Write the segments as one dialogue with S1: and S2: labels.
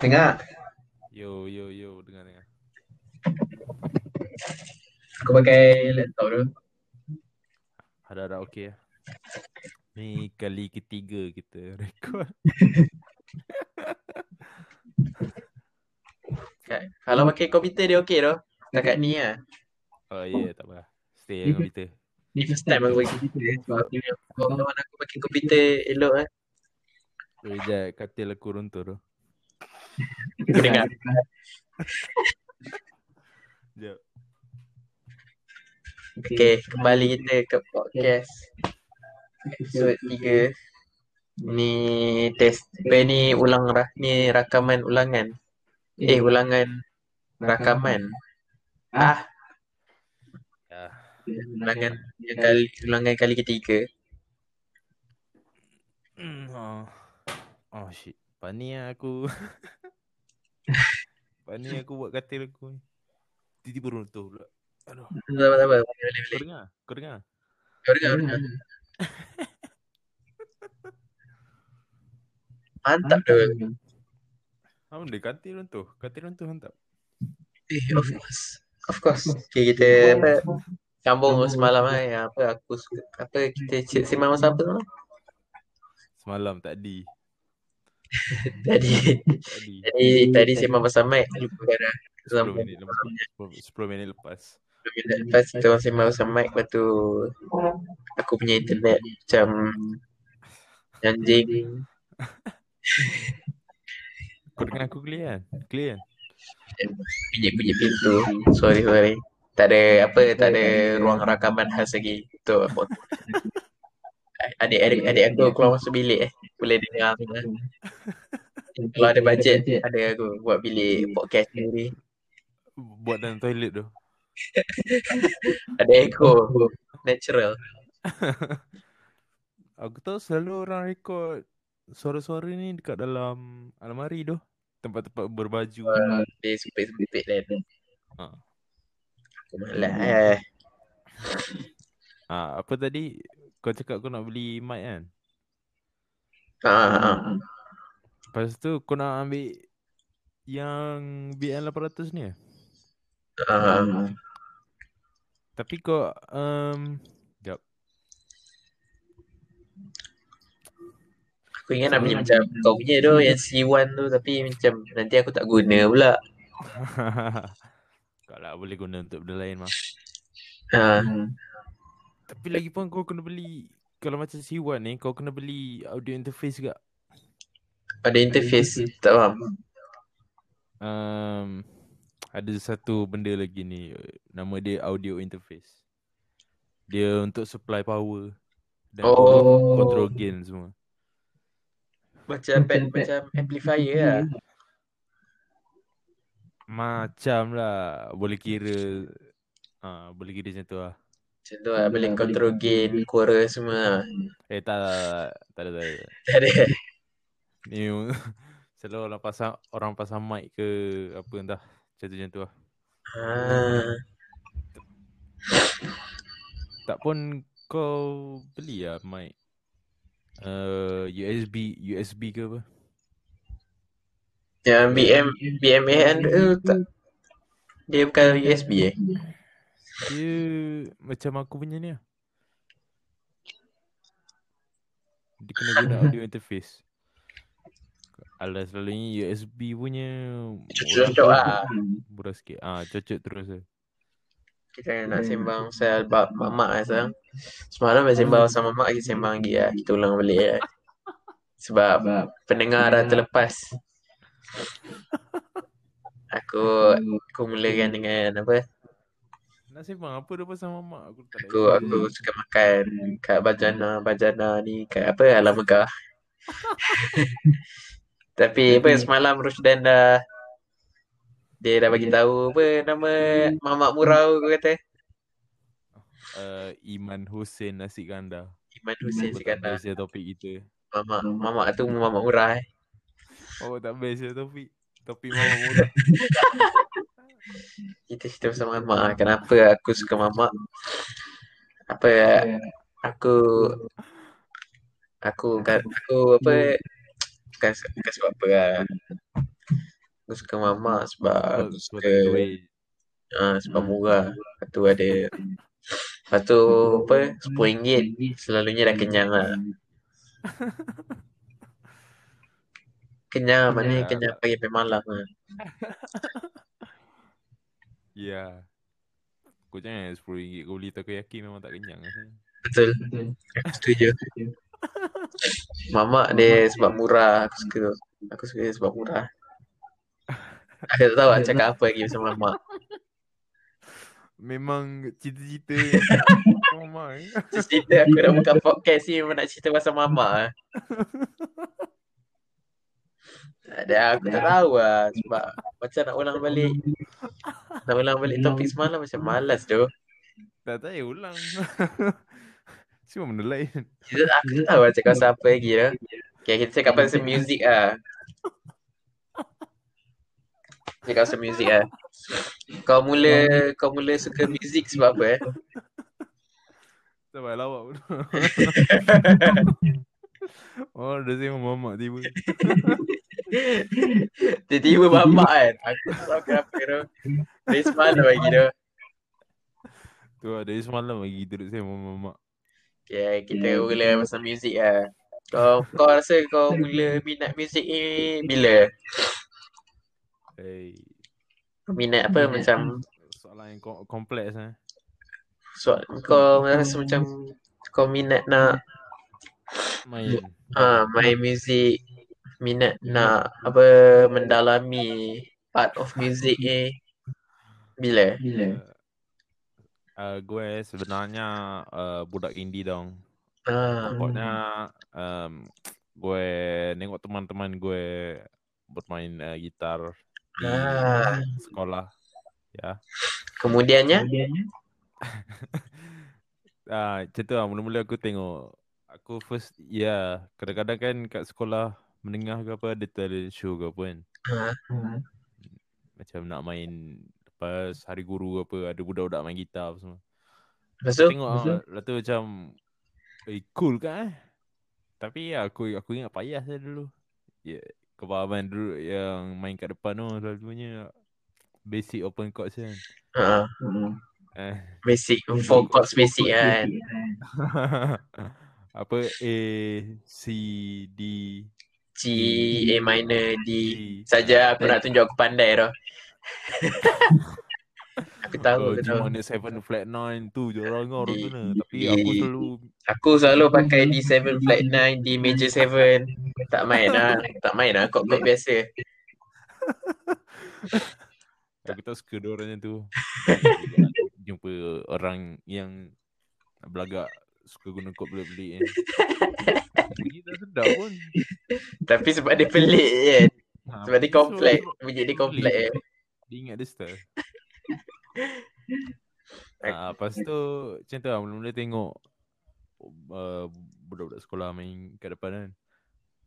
S1: Dengar,
S2: Yo yo yo dengar dengar.
S1: aku pakai laptop tu.
S2: Ada ada okey. ya. Ni kali ketiga kita record.
S1: Kat- Kan? Kalau pakai komputer dia okey tu. Dekat ni lah.
S2: Oh ya yeah, tak apa. Stay dengan kita.
S1: Ni first time aku pakai komputer. eh. Sebab aku punya kawan-kawan aku pakai komputer elok lah.
S2: Sekejap katil aku runtuh tu.
S1: Aku dengar.
S2: Sekejap.
S1: Okay, kembali kita ke podcast. Episode 3. Ni test. Eh, ni ulang lah. Ni rakaman ulangan. Eh, ulangan rakaman. Ah,
S2: Ya.
S1: ulangan yang kali, ulangan kali ketiga.
S2: Mm, Oh. oh shit. Pani lah aku. Pani aku buat katil aku ni. Tiba-tiba runtuh pula. Aduh.
S1: Tak apa, tak apa. Boleh,
S2: Kau
S1: boleh.
S2: dengar? Kau dengar?
S1: Kau dengar, kau dengar. Mantap tu.
S2: Apa benda? Katil runtuh. Katil runtuh kan mantap.
S1: Eh, of course. Of course. Okay, kita apa, sambung semalam lah yang apa aku suka. Apa kita cik sembang masa apa semalam?
S2: Semalam tadi.
S1: Tadi
S2: Tadi.
S1: tadi tadi sembang pasal mic lupa kau dah.
S2: 10
S1: Sambung.
S2: minit lepas. 10 minit lepas.
S1: Lepas kita orang sembang pasal mic lepas tu aku punya internet macam Hmm. anjing.
S2: Kau dengar aku clear kan? Clear kan?
S1: Bunyi-bunyi pintu. Sorry, sorry. Tak ada apa, tak ada ruang rakaman khas lagi untuk podcast. Adik, adik, adik aku keluar masuk bilik eh. Boleh dengar tu lah. Kalau ada bajet, ada aku buat bilik podcast sendiri.
S2: Buat dalam toilet tu.
S1: Ada echo. Natural.
S2: Aku tahu selalu orang rekod suara-suara ni dekat dalam almari tu. Tempat-tempat berbaju.
S1: Uh, dia supit-supit dan
S2: Ha.
S1: aku malas eh.
S2: Ah, apa tadi kau cakap kau nak beli mic kan?
S1: Ha, ha, ha.
S2: Lepas tu kau nak ambil yang BN800 ni. eh?
S1: Ha, ha, ha.
S2: Tapi kau um jap.
S1: Aku ingat nak beli macam kau punya tu yang C1 tu tapi macam nanti aku tak guna pula.
S2: kau lah boleh guna untuk benda lain mah.
S1: Ha.
S2: Tapi lagi pun kau kena beli kalau macam C1 ni kau kena beli audio interface juga.
S1: Ada interface tak faham.
S2: Um, ada satu benda lagi ni Nama dia audio interface Dia untuk supply power Dan control,
S1: Oh.
S2: control gain semua
S1: Macam pad, macam amplifier lah.
S2: Macam lah Boleh kira ah Boleh kira macam tu lah
S1: Macam tu lah, boleh control gain, chorus semua. lah.
S2: Eh tak tak tak, tak ada tak ada
S1: Tak ada.
S2: Ni Selalu orang pasang Orang pasang mic ke Apa entah Macam tu macam tu lah
S1: Ah,
S2: Tak pun kau beli lah mic uh, USB USB ke apa
S1: yang BM, BMAN tu tak. Dia bukan USB eh.
S2: Dia macam aku punya ni lah. Dia kena guna audio interface. Alah selalunya USB punya murah,
S1: Cocok lah.
S2: murah sikit. Ah, cocok terus lah.
S1: Kita nak sembang pasal bab mamak lah sekarang. Semalam dah sembang pasal mamak, kita sembang lagi lah. Kita ulang balik lah. Sebab pendengar dah terlepas. Aku aku mulakan dengan apa?
S2: Nak sembang apa dia pasal mamak aku tak
S1: Aku aku suka makan kat Bajana Bajana ni kat apa Alam Megah. Tapi apa semalam Rusdan dah dia dah bagi tahu apa nama Mamak Murau aku kata.
S2: Uh, Iman Hussein nasi ganda.
S1: Iman Hussein Hmm.
S2: Aku tak
S1: Sikandar.
S2: best ya topik kita.
S1: Mamak mamak tu mamak murah eh.
S2: Oh tak best ya topik. Topik mamak
S1: Ah,
S2: murah.
S1: Kita cerita pasal mamak. lah. Kenapa aku suka mamak? Apa aku aku aku, aku apa bukan, bukan sebab apa lah. Aku suka mamak sebab
S2: Sebab
S1: aku suka
S2: eh. kau tak ada duit
S1: ah, sebab
S3: Hmm.
S1: murah. Lepas tu ada lepas tu Oh, apa RM10 selalunya dah kenyang lah. Kenyang
S2: Kenyang
S1: maknanya
S2: lah.
S1: kenyang pagi sampai malam lah.
S2: Ya yeah. Kau jangan RM10 eh, Kau beli takoyaki memang tak kenyang lah.
S1: Betul.
S3: Betul.
S1: Aku setuju. Mamak dia sebab murah aku suka tu. Aku suka dia sebab murah. Aku tak tahu nak cakap apa lagi pasal mamak.
S2: Memang cita-cita yang- eh. Memang
S1: Cerita aku nak buka podcast ni memang nak cerita pasal mamak lah. Tak Ada aku tak tahu lah sebab macam nak ulang balik nak ulang balik topik semalam macam malas tu.
S2: Tak payah ulang Cuma benda lain
S1: Kita aku tak tahu lah cakap pasal apa lagi lah. Okay, kita cakap pasal music lah. Cakap pasal music lah. Kau mula kau mula suka music sebab apa eh?
S2: Sampai lawak pun Oh dah tengok mamak tiba
S1: Tiba-tiba mamak kan. Aku tak tahu kenapa tu. Dari semalam lagi tu.
S2: Tu lah dari semalam lagi kita duduk saya mamak
S1: Okay, kita mula pasal music lah. Kau, kau rasa kau mula minat muzik ni bila?
S2: Hey,
S1: Minat lah. apa macam
S2: Soalan yang kom- kompleks eh
S1: so, kau rasa macam kau minat nak
S2: Main
S1: Ah, main muzik minat nak apa mendalami part of music ni bila?
S3: Bila?
S2: uh, Gue sebenarnya uh, budak indie dong
S1: Ah,
S2: Pokoknya um, gue nengok teman-teman gue bermain uh, gitar di
S1: Ah.
S2: sekolah.
S1: kemudiannya
S3: Kemudiannya?
S2: Ah, macam tu lah. Mula-mula aku tengok. Aku first, ya. Yeah, kadang-kadang kan kat sekolah menengah ke apa, ada talent show ke apa kan.
S3: Ha.
S2: Macam nak main lepas hari guru ke apa, ada budak-budak main gitar apa semua.
S1: lepas
S2: So,
S1: tu
S2: tengok
S3: betul.
S2: lah, lepas tu macam, eh cool kan eh. Tapi ya, aku aku ingat payah saya dulu. Ya, yeah, kepahaman dulu yang main kat depan tu selalunya basic open chords kan.
S1: ah,
S2: Eh.
S1: basic four chords basic kan.
S2: apa A C D
S1: G, A minor, D.
S2: E
S1: Saja aku nak tunjuk aku pandai tu. aku tahu,
S2: Oh,
S1: aku
S2: G
S1: tahu.
S2: minor 7 flat 9 tu je orang kau orang
S1: Eh,
S2: kena Tapi aku
S1: eh.
S2: selalu
S1: Aku selalu pakai D7 flat 9, D major 7. Tak main lah. Tak main lah. Kok biasa.
S2: Aku tak suka dia orang yang tu Jumpa orang yang Belagak Suka guna kod belik-belik kan Bunyi tak sedap pun
S1: Tapi sebab dia pelik je.
S2: ha,
S1: Sebab dia
S2: so,
S1: kompleks.
S2: sebab
S1: Bunyi dia kompleks je.
S2: Dia ingat dia style Ah, lepas tu macam tu lah mula-mula tengok uh, budak-budak sekolah main kat depan kan.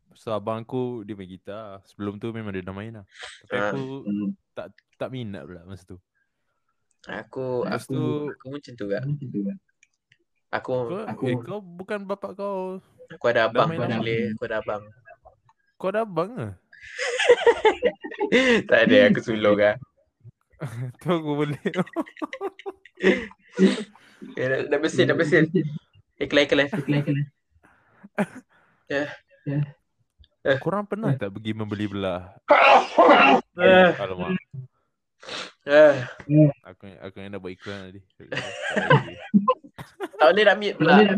S2: Lepas tu abang aku dia main gitar. Sebelum tu memang dia dah main lah. Tapi
S1: Ah.
S2: aku tak minat pula masa tu.
S1: Aku aku
S2: Lepas tu-
S1: aku pun macam tu juga. Aku
S2: Kau,
S1: aku
S2: aku, eh, kau bukan bapak kau.
S1: aku ada abang
S2: main
S1: kau
S2: lama.
S1: boleh aku ada abang.
S2: Kau ada abang ke?
S1: tak ada aku sulung ah.
S2: tu aku boleh.
S1: Eh, dah, dah bersih dah bersih. Eh kelai kelai.
S2: Korang pernah tak pergi membeli belah?
S1: Ah,
S2: Alamak.
S1: ah.
S2: Aku aku yang nak buat iklan tadi.
S1: Tak boleh nak mute pula.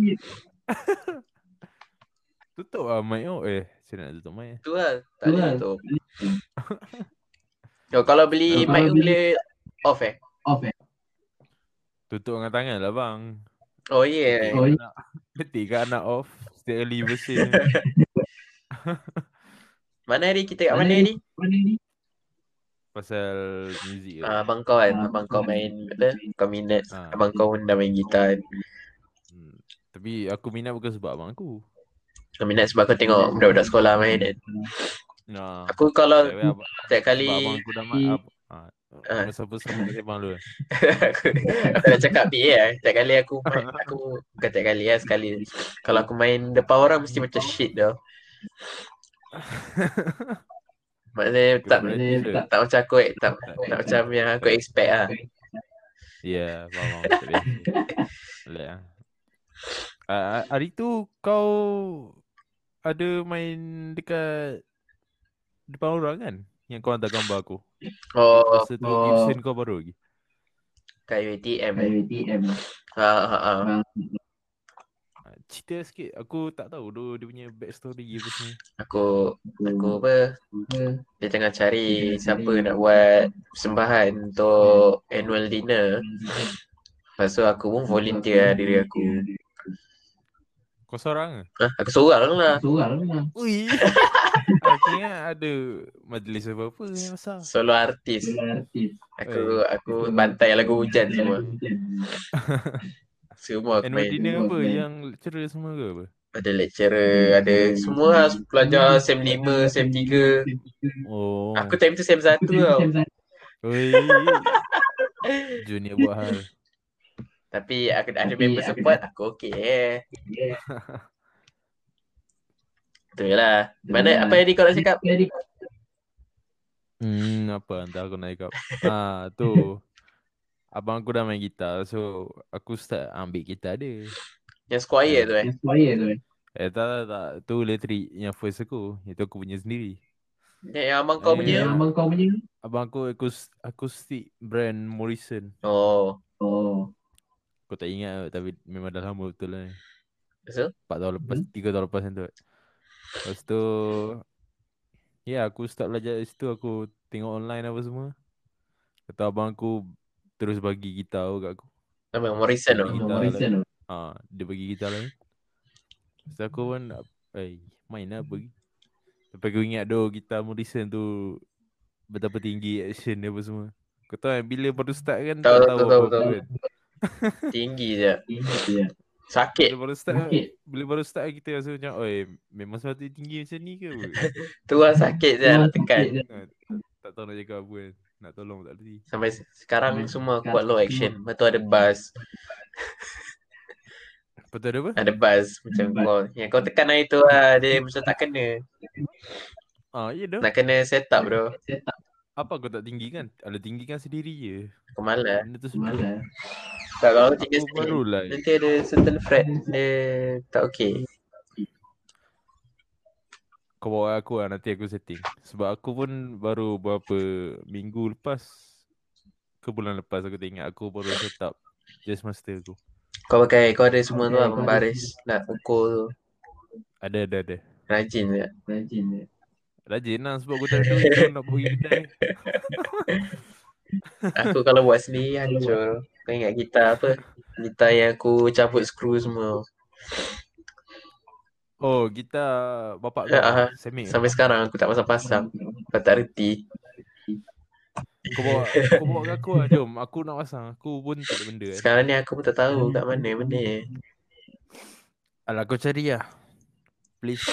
S2: tutup lah mic tu. Eh, saya nak tutup mic. eh.
S1: Tu lah. Tak boleh
S3: Tu
S1: tu. Oh, kalau beli
S3: Kalau
S1: mic
S3: beli-
S1: boleh off eh?
S3: Off eh?
S2: Tutup dengan tangan lah bang.
S1: Oh yeah.
S3: Oh,
S2: anak, ketika anak off Setiap kali bersih
S1: Mana hari kita kat
S3: Mana
S1: mana
S3: hari?
S1: hari?
S3: Mana ni?
S2: Pasal muzik tu
S1: Ah, abang kau kan. Abang kau main apa? Kau minat.
S2: Ah.
S1: Abang kau pun dah main gitar.
S2: hmm. Tapi aku minat bukan sebab abang aku
S1: Kau minat sebab kau tengok budak-budak sekolah main kan.
S2: Nah,
S1: Aku kalau
S2: Ah. sebab
S1: setiap
S2: abang, sebab abang
S1: kali
S2: aku dah main ab, ha,
S1: Ah.
S2: Masa apa sama dengan abang lu
S1: aku, aku dah cakap PA lah. Setiap kali aku main, aku bukan setiap kali lah, sekali. Kalau aku main depan orang mesti macam shit tau. Maknanya tak,
S2: Kau
S1: maknanya
S2: berani
S1: tak, tak macam aku tak,
S2: Tak-
S1: tak macam yang aku expect lah.
S2: Ya, yeah, faham faham. Tak biasa. Boleh lah. Ah, ah, hari tu kau ada main dekat depan orang kan? Yang kau hantar gambar aku.
S1: Oh,
S2: Masa tu
S3: oh.
S2: Gibson kau baru lagi.
S1: kat UATM eh.
S3: Dari DM
S1: Ha, ha, ha.
S2: Ah, Cerita sikit. Aku tak tahu dulu dia punya backstory apa semua.
S1: Aku, aku
S3: Aku
S1: apa, dia tengah cari siapa nak buat sembahan untuk annual dinner. Lepas tu aku pun volunteer lah diri aku.
S2: Kau seorang ke?
S1: Ha, aku seorang lah.
S3: Seorang lah
S2: Ui. aku ingat ada majlis apa-apa yang besar.
S1: Solo artis.
S3: Artis
S1: Aku aku bantai lagu hujan semua. Semua aku
S2: Annual
S1: main.
S2: dinner apa?
S3: main.
S2: Yang lecturer semua ke apa?
S1: Ada lecturer, ada semua lah pelajar SEM 5, SEM 3.
S2: Oh.
S1: Aku time tu SEM 1 tau.
S2: Ui. Junior buat hal.
S1: Tapi aku ada
S3: Tapi
S1: member
S3: aku-
S1: support, aku okey eh. Tu je lah. Mana apa yang kau nak cakap?
S2: Hmm, apa hantar aku nak cakap. Ah, tu. Abang aku dah main gitar. So, aku start ambil gitar dia.
S1: Yang squire tu eh.
S3: Suara tu eh
S2: Eh, tak, tak, tak. Tu elektrik yang first aku. Itu aku punya sendiri.
S1: Yang, yang abang kau
S3: Dia
S1: punya.
S2: Yeah.
S3: abang kau punya
S2: Abang aku, aku, aku stick brand Morrison.
S1: Oh.
S3: Oh
S2: Aku tak ingat tapi memang dah lama betul lah ni.
S1: So,
S2: 4 tahun lepas,
S3: Mhm.
S2: 3 tahun lepas macam tu. kot. Lepas tu, ya yeah, aku start belajar dari situ. Aku tengok online apa semua. Kata abang aku terus bagi gitar kat aku.
S1: nama Morrison tu.
S2: Gitar
S3: Morrison tu
S2: Ha, dia bagi gitar lain. Lepas tu aku pun nak- eh, main lah pergi. Tapi aku ingat doh gitar Morrison tu betapa tinggi action dia apa semua. Kau tahu kan bila baru start kan
S1: Tahu,
S2: tak
S1: tahu, tahu,
S2: apa-apa
S1: tahu.
S2: kan.
S1: Tinggi je.
S3: Ya
S1: Sakit.
S2: Bila baru start
S3: Sakit
S2: bila baru start kita rasa macam oi memang sepatutnya tinggi macam ni ke? apa?"
S1: Tu lah sakit je nak tekan.
S2: tak tahu nak cakap apa kan. Nak tolong tak boleh.
S1: Sampai se- sekarang
S3: Hmm.
S1: semua aku
S3: Sekarang
S1: buat low
S3: semua.
S1: action. Lepas tu ada bass.
S2: Lepas tu ada apa?
S1: Ada bass macam
S3: Bass.
S1: kau. Yang kau tekan hari tu lah. Dia macam tak kena.
S2: Ah, ya doh.
S1: Nak kena set up bro.
S2: Apa kau tak tinggi kan? Ada tinggi kan sendiri je.
S1: Aku malas.
S2: Benda tu sebenarnya.
S3: Malah
S1: Tak kalau tiga
S2: Aku
S1: sikit.
S2: baru lah.
S1: Nanti ada certain fret dia tak okay.
S2: Kau bawa aku lah nanti aku setting Sebab aku pun baru berapa minggu lepas Ke bulan lepas aku tak ingat aku baru set up Just master aku
S1: Kau pakai, kau ada semua tu
S3: Okay,
S1: lah
S3: kau ada
S1: pembaris nak ukur tu.
S2: Ada ada ada
S1: Rajin je.
S3: Rajin dia
S2: Rajin lah sebab aku tak ada duit kau nak pergi kedai
S1: Aku kalau buat sendiri hancur. Kau ingat gitar apa? Gitar yang aku cabut skru semua.
S2: Oh gitar bapak kau
S1: Ah, ah.
S2: Samik
S1: Sampai sekarang aku tak pasang-pasang. Kau tak reti.
S2: Kau bawa kau bawa ke aku lah jom Aku nak pasang Aku pun tak ada benda kan
S1: Sekarang ni aku pun tak tahu kat mana benda ni.
S2: Alah kau cari lah Please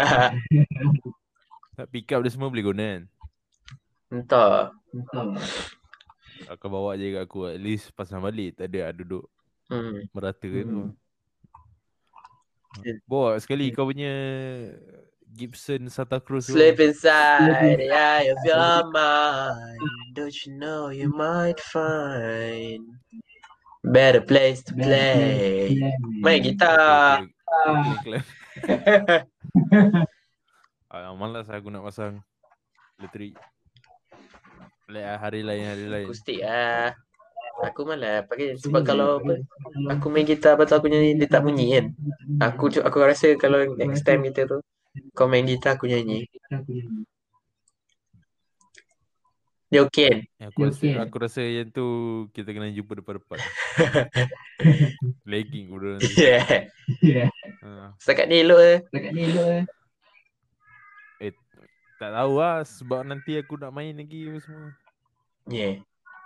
S2: Tak pick up dia semua boleh guna kan
S1: Entah.
S3: Entah lah.
S2: Kau bawa je kat aku At least pasang balik Tak ada lah duduk
S1: Hmm.
S2: merata kan tu.
S3: Hmm.
S1: Eh.
S2: Bawa sekali kau punya Gibson Santa Cruz tu. kan?
S1: Sleep inside the eye of your mind. Don't you know you might find better place to play? Main gitar.
S2: Clap, clap, clap. Ah, malas aku nak pasang elektrik. Boleh lah, hari lain hari lain.
S1: Akustik lah. Aku malah pakai sebab kalau apa, aku main gitar lepas tu aku nyanyi dia tak bunyi kan. Aku cu- aku rasa kalau next time kita tu kau main gitar aku nyanyi. Dia okey kan?
S2: Eh, Aku rasa,
S3: Okay.
S2: aku rasa yang tu kita kena jumpa depan-depan. Lagging aku dah.
S1: kan? Yeah.
S3: Ya
S2: Ha.
S1: Setakat ni elok eh.
S3: Dekat ni elok eh
S2: eh, Tak tahu lah sebab nanti aku nak main lagi apa semua.
S1: Yeah.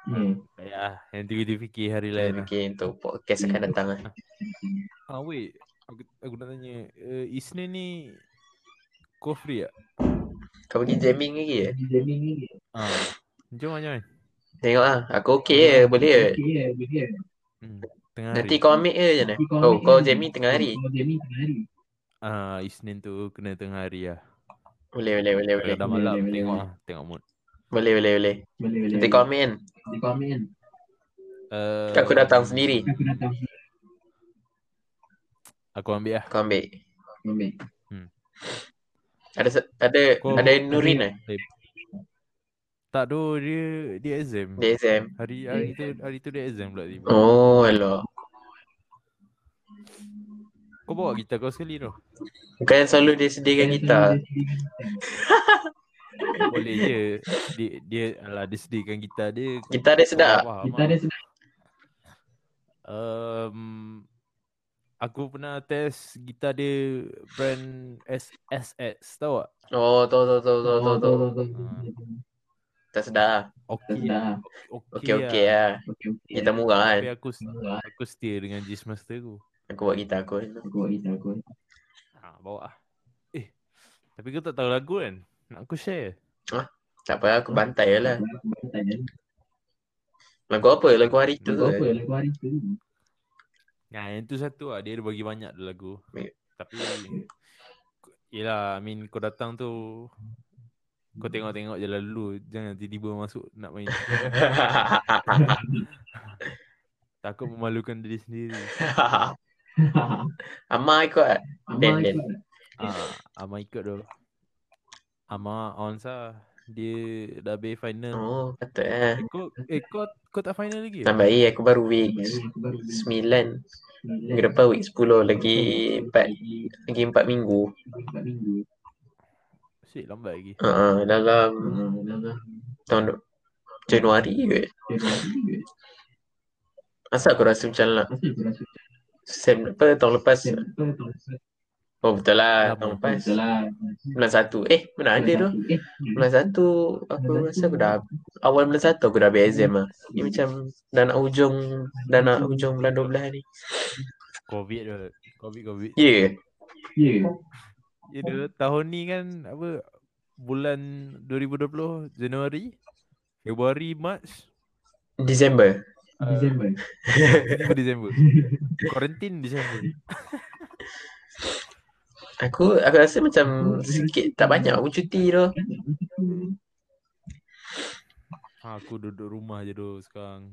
S3: Hmm.
S2: Ya, nanti kita fikir hari lain lah.
S1: Okay, untuk podcast akan datang lah.
S2: Ah wait, aku, aku nak tanya, uh, Isnin ni kau free tak?
S1: Kau pergi jamming lagi ya?
S3: Dia ni
S2: Ah. Jom lah, jom. lah.
S1: Tengok lah. Aku okey je, boleh je.
S3: Okey eh, boleh eh.
S2: Hmm, tengah
S1: Nanti
S2: hari.
S1: kau ambil ke je ni?
S3: Nanti kau
S1: Oh,
S3: ambil
S1: kau
S3: je.
S1: jamming tengah hari?
S3: Kau jamming tengah hari
S2: Ah, Isnin tu kena tengah hari lah.
S1: Boleh, boleh, boleh,
S2: Kalau
S1: boleh.
S2: dah
S3: boleh,
S2: malam
S3: boleh,
S2: tengok
S3: boleh.
S2: lah Tengok mood
S1: Boleh, boleh, boleh.
S3: Boleh boleh
S1: Nanti
S3: boleh.
S1: komen.
S3: Nanti komen
S2: uh,
S1: Aku
S3: eh.
S1: datang sendiri.
S3: Aku datang
S2: Aku ambil lah
S1: Kau ambil.
S3: Ambil
S1: Ada se- ada
S2: Kau-
S1: ada Nurin eh?
S2: Tak tu dia Dia exam
S1: Dia exam.
S2: Hari hari tu Hari tu dia exam pula tiba
S1: Oh, alah.
S2: Kau bawa gitar kau sekali tu
S1: Bukan yang selalu dia sediakan gitar.
S2: Boleh je Dia Dia Alah dia sediakan gitar dia kau-
S1: Gitar dia sedap.
S2: kau faham
S3: Kita
S2: lah.
S3: ada sedap
S2: um, Aku pernah test gitar dia Brand SSX Tahu tak?
S1: Oh, tahu tahu tahu tahu tahu.
S3: Oh,
S1: tahu. Tak sedap. lah.
S2: Okey
S3: Sedap.
S1: Okey
S2: lah.
S1: okey ah.
S3: Okey okey
S1: Gitar murah kan.
S2: Tapi aku Aku setia dengan Jis Master aku
S1: Aku buat gitar aku.
S3: Aku buat kita aku
S2: ha, Bawa lah Eh Tapi kau tak tahu lagu kan Nak aku share
S1: Tak apa aku bantai je lah.
S3: Aku tanya
S1: Lagu apa? Lagu hari tu.
S3: Lagu
S1: ke?
S3: apa lagu hari tu
S2: Nah yang tu satu lah Dia ada bagi banyak tu lagu
S1: Baik.
S2: Tapi Yelah I mean kau datang tu Kau tengok-tengok je lah dulu Jangan tiba-tiba masuk nak main Takut memalukan diri sendiri
S1: Amar ikut ah. Dan,
S3: Amal
S1: dan.
S3: ikut
S2: Ah, Amar ikut tu Amar on sah Dia dah habis final
S1: Oh, patut eh.
S2: Eh kau, eh, kau, kau tak final lagi ke?
S1: Tambah baik aku baru week
S3: Baru aku baru
S1: 9. Minggu
S3: beli. Sembilan.
S1: depan week 10 lagi 4
S3: Lagi
S1: lagi 4 minggu.
S3: empat minggu
S2: Asyik lambat lagi
S1: Ha uh, dalam
S3: Ah, dalam
S1: tahun de- Januari ke.
S3: Februari ke?
S1: Asal aku rasa macam lah.
S3: Asal aku rasa
S1: Sem apa tahun lepas.
S3: macam apa tahun lepas
S1: Oh betul lah
S2: Lama.
S1: tahun lepas.
S3: Betul lah
S1: Bulan 1. Eh, mana ada tu?
S3: Eh,
S1: Bulan 1 aku
S3: Bulan
S1: rasa
S3: satu.
S1: aku dah awal bulan 1 aku dah habis exam lah. Ni macam dah nak hujung dah nak hujung bulan 12 ni.
S2: Covid tu Covid Covid
S1: Ya. Yeah.
S3: Ya
S1: eh,
S2: Ya tu tahun ni kan apa Bulan 2020 Januari Februari March
S1: Disember.
S2: uh,
S3: Disember
S2: tiba-tiba Disember Quarantine Disember
S1: Aku aku rasa
S3: Hmm.
S1: macam sikit tak banyak aku cuti tu.
S2: ha, Aku duduk rumah je tu sekarang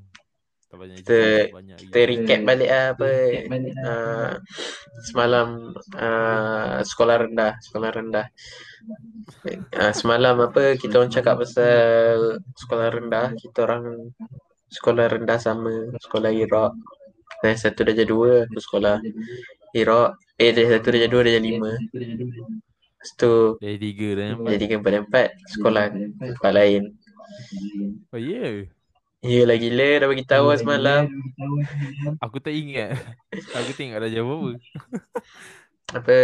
S2: Tak banyak
S1: Kita-
S2: ikut, tak banyak
S1: Kita recap balik lah apa
S3: Check balik lah.
S1: uh, semalam uh, sekolah rendah, sekolah rendah. Uh, semalam apa kita orang cakap pasal sekolah rendah, kita orang sekolah rendah sama sekolah Iraq. Dan satu darjah dua aku sekolah Iraq. Eh darjah satu, darjah dua, darjah lima. Lepas tu
S2: Dari tiga dah nampak
S1: darjah tiga, empat, dan empat sekolah tempat lain.
S2: Oh ya yeah.
S1: Yelah gila dah bagi tahu lah semalam
S2: Aku tak ingat Aku tak ingat dah jawab apa
S1: apa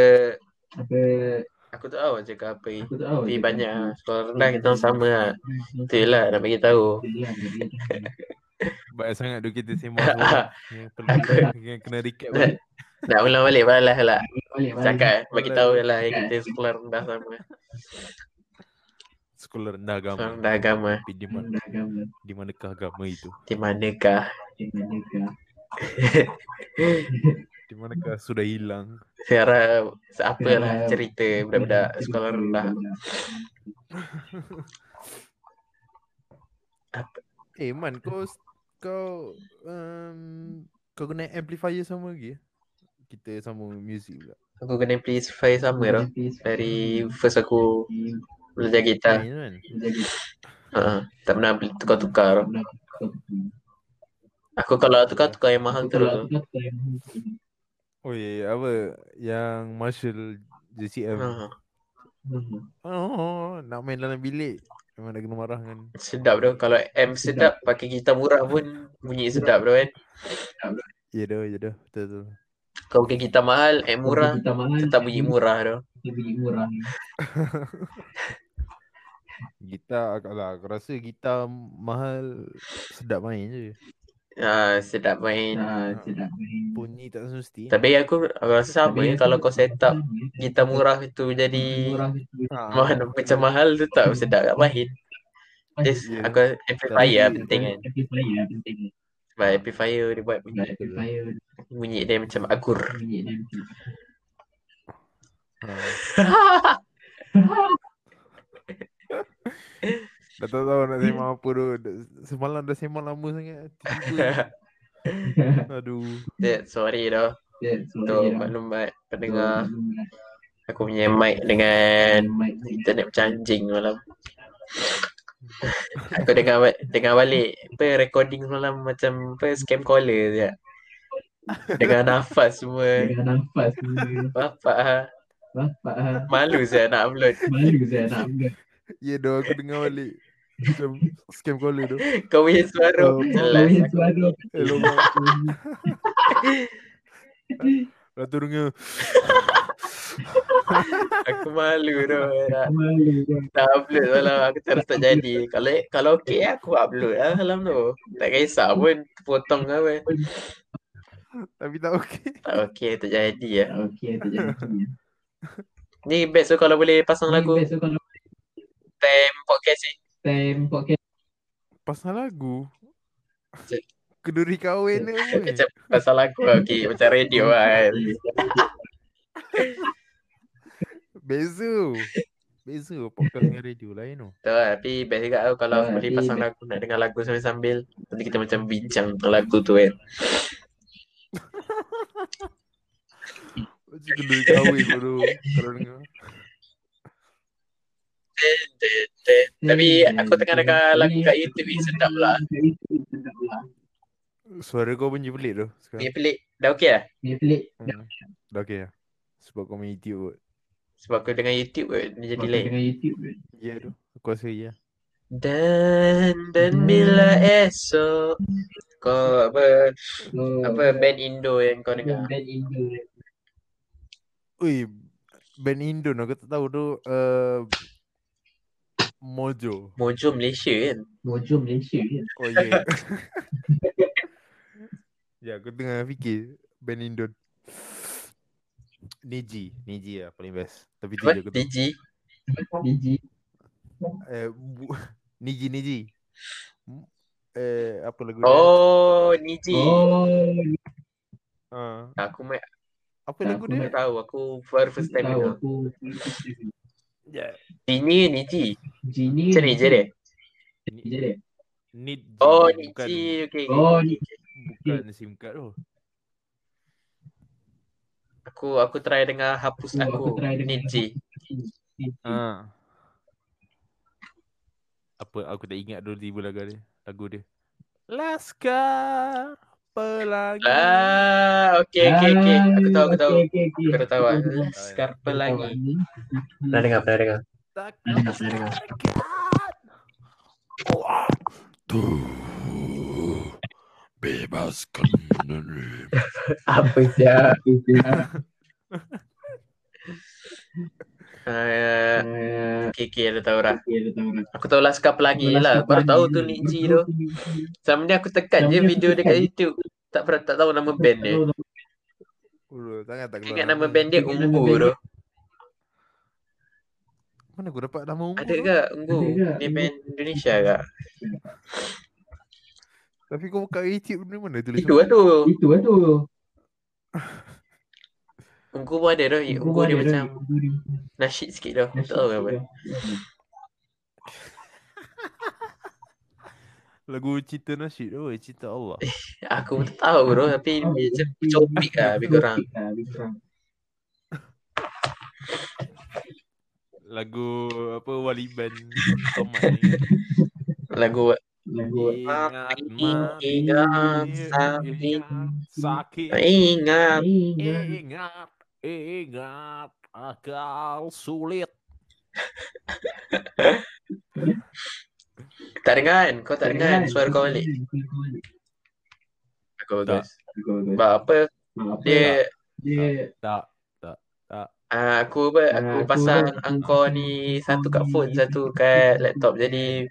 S3: Apa
S1: aku tak tahu nak cakap apa.
S3: Aku tak tahu
S1: Tapi
S3: cakap
S1: banyak
S3: apa.
S1: lah. Sekolah rendah kita orang sama lah.
S3: Hmm.
S1: Betul lah nak bagi tahu.
S3: lah,
S2: Banyak sangat tu kita sembang semua Yang perlu yang kena recap lah. balik
S1: Nak ulang balik malah lah.
S3: Balik, balik.
S1: Cakap bagi tahu je lah yang kita sekolah rendah sama.
S2: Sekolah rendah agama
S1: Sekolah rendah agama. Hmm.
S2: Tapi di, mana,
S3: Rendah agama.
S2: di manakah agama itu?
S1: Di manakah?
S3: Di manakah?
S2: Di manakah sudah hilang?
S1: Saya harap apa lah cerita budak-budak sekolah rendah.
S2: Eh Man kau Kau um, Kau kena amplifier sama lagi eh? Kita sama music pula
S1: Aku kena amplify sama tau. Dari first aku belajar gitar.
S2: Main kan
S3: Jadi
S1: Ha, tak pernah beli tukar-tukar tau.
S3: pernah kau
S1: Aku kalau tukar-tukar yang mahal terus
S3: Kalau
S1: tu.
S3: kau tak mahu,
S2: Oh ya yeah, apa Yang Marshall JCM
S1: Ha,
S3: Hmm.
S2: Oh nak main dalam bilik Memang dah kena marah kan
S1: sedap tu. Kalau M sedap, pakai gitar murah pun bunyi sedap tu kan.
S2: Ya dah ya dah Betul betul
S1: Kau pakai gitar mahal, M murah,
S3: Kita mahal,
S1: tetap bunyi murah tu.
S3: Tetap bunyi murah.
S2: Gitar ak- lah Aku rasa gitar mahal Sedap main je
S1: Ha, sedap main.
S3: Ah, sedap main.
S2: Bunyi tak semesti
S1: Tapi aku, aku rasa sama je
S3: Tapi
S1: kalau
S3: aku-
S1: kau set up gitar murah tu
S3: Bunyi
S1: jadi
S3: murah itu.
S2: ha.
S1: mahal, macam mahal tu tak sedap kat main. Yes,
S2: Ya.
S1: aku amplifier lah
S2: Tapi-
S1: penting kan.
S3: Amplifier lah penting.
S1: Sebab amplifier dia buat bunyi,
S3: Hmm. Amplifier
S1: bunyi dia macam akur.
S3: bunyi dia macam-
S2: ha. Dah tak tahu nak
S1: Hmm.
S2: sembang apa tu. Dah- Semalam dah sembang lama sangat. Tiba-tiba. Aduh.
S1: Dad, sorry dah
S3: Yeah, so
S1: untuk
S3: yeah.
S1: maklumat pendengar.
S3: So,
S1: Aku punya mic dengan
S3: mic
S1: internet macam anjing malam. aku dengar ba- dengar balik apa recording malam macam apa scam caller je. Dengan nafas semua.
S3: Dengan nafas semua.
S1: Bapak ah.
S3: Bapak ah.
S1: malu saya nak upload.
S3: Malu saya nak ambil.
S2: Ya dah aku dengar balik. Macam scam caller tu.
S1: Kau punya suara
S2: Oh,
S1: jelas.
S3: Boleh suara.
S2: Hello. Mak. Lepas tu dengar.
S1: Aku malu tu nak,
S3: Malu. kan.
S1: nak upload malam aku terus tak jadi. Kalau kalau okey aku upload lah malam tu. Tak kisah pun potong ke apa.
S2: Tapi tak okey.
S1: Tak okey tak jadi lah.
S3: Okey, tak jadi.
S1: Ni best tu kalau boleh pasang lagu
S3: Ni Best Hmm. tu kalau
S1: time podcast ni.
S3: time podcast
S2: Pasal lagu.
S1: Cek.
S2: Keduri kahwin ni. weh.
S1: Macam pasang lagu lah, okey macam radio lah kan.
S2: Beza. Beza podcast dengan radio lain tu.
S1: Tu lah, tapi best juga tau kalau
S3: Ya,
S1: boleh
S3: tapi
S1: pasang
S3: best.
S1: lagu nak dengar lagu sambil-sambil. Nanti kita macam bincang tentang lagu tu kan.
S2: Macam keduri kahwin tu. Kalau dengar.
S3: Hmm.
S1: Tapi
S3: eh,
S1: aku tengah dengar lagu kat YouTube ni sedap lah.
S3: Kat YouTube sedap lah.
S2: Suara kau bunyi pelik tu. Sekarang.
S1: Ni pelik. Dah okey lah?
S3: Ni pelik.
S2: Hmm. Dah okey lah. Sebab kau main idiot.
S1: Sebab aku dengar YouTube kot, dia jadi
S3: Waktu
S1: lain.
S3: Tengah YouTube kan.
S2: Ya tu. Aku rasa ya.
S1: Dan dan bila esok kau apa
S3: So,
S1: apa band Indo yang kau dengar?
S3: Band Indo. kan.
S2: Ui, band Indon aku tak tahu tu uh, Mojo.
S1: Mojo Malaysia kan.
S3: Mojo Malaysia kan.
S2: Oh ya. Yeah. ya, aku tengah fikir band Indon. Niji, Niji lah paling best. Tapi tu
S1: Apa?
S2: je aku tahu.
S1: DJ. Oh.
S3: Biji.
S2: Eh, bu- Niji, Niji. M- Eh, apa lagu dia?
S1: Oh, Niji.
S3: Oh.
S2: Ha.
S1: Aku main
S2: Apa lagu
S3: Aku
S1: tak
S2: dia?
S1: tahu. Aku baru first time
S3: tahu
S1: dengar.
S3: aku.
S2: Ya.
S1: Ini Niji.
S3: Genie.
S1: Macam ni je dia.
S2: Ni-
S3: Je dia.
S2: Niji.
S1: Oh,
S2: bukan,
S1: Niji. Okay.
S3: Oh, ni.
S2: bukan SIM card tu.
S1: Aku aku try dengar hapus
S3: Oh,
S1: aku.
S3: aku try dengar.
S1: Niji. Ah,
S2: Ha. Apa aku tak ingat dulu tiba lagu dia. Lagu dia. Laskar Pelangi.
S1: Lah, okay, okay, okay. Aku tahu, aku tahu. Aku dah tahu.
S3: Ah, Aku tahu.
S1: Laskar Pelangi.
S3: Pelangi.
S1: Pernah dengar, pernah dengar.
S2: Takkan
S1: Dengar, pernah dengar.
S2: takkan. Wah. Tu. Bebaskan diri.
S1: Apa siap?
S3: Aku
S1: Uh, okay, okay, dah tahu dah.
S3: tahu.
S1: Aku tahu Laskar Pelangi lah. Baru tahu tu Niji tu. Sama ni aku tekan
S3: Sama
S1: je
S3: ni aku
S1: video dia
S3: tekan.
S1: kat YouTube. Tak pernah tak tahu nama band dia.
S2: Ulu, tangan tak
S1: Aku
S2: keluar.
S1: ingat nama band dia
S3: Ingat nama
S1: Ungu
S3: band
S1: tu.
S2: Mana aku dapat nama umur
S1: Ada
S2: tu?
S1: ke Ungu?
S3: Ada ke?
S1: Dia band Indonesia ke?
S2: Tapi kau buka YouTube ni mana tulis?
S1: Itu lah tu.
S3: Itu lah tu.
S1: Ungu pun ada tu. Ungu lah, dia macam nasyid sikit tu. Tak tahu lah, apa.
S2: Lagu Cita Nasyid tu, eh, Cita Allah.
S1: Aku pun tak tahu tu. Tapi dia macam copik lah lebih kurang.
S2: Lagu apa Wali Band Tomat ni.
S1: Lagu
S3: Lagu
S2: Ingat
S1: Ingat
S2: mati,
S1: sakit.
S2: sakit.
S1: ingat.
S3: Ingat
S2: Ingat, ingat akal sulit.
S1: Tak dengar kan? Kau tak dengar kan suara kau balik? Aku
S2: Tak.
S1: bagus. Sebab apa dia
S3: Dia
S2: Tak.
S1: Ah, aku apa,
S3: Ah,
S1: aku Hmm.
S3: aku
S1: pasang
S3: pun.
S1: angkor ni satu kat phone, satu kat laptop. Jadi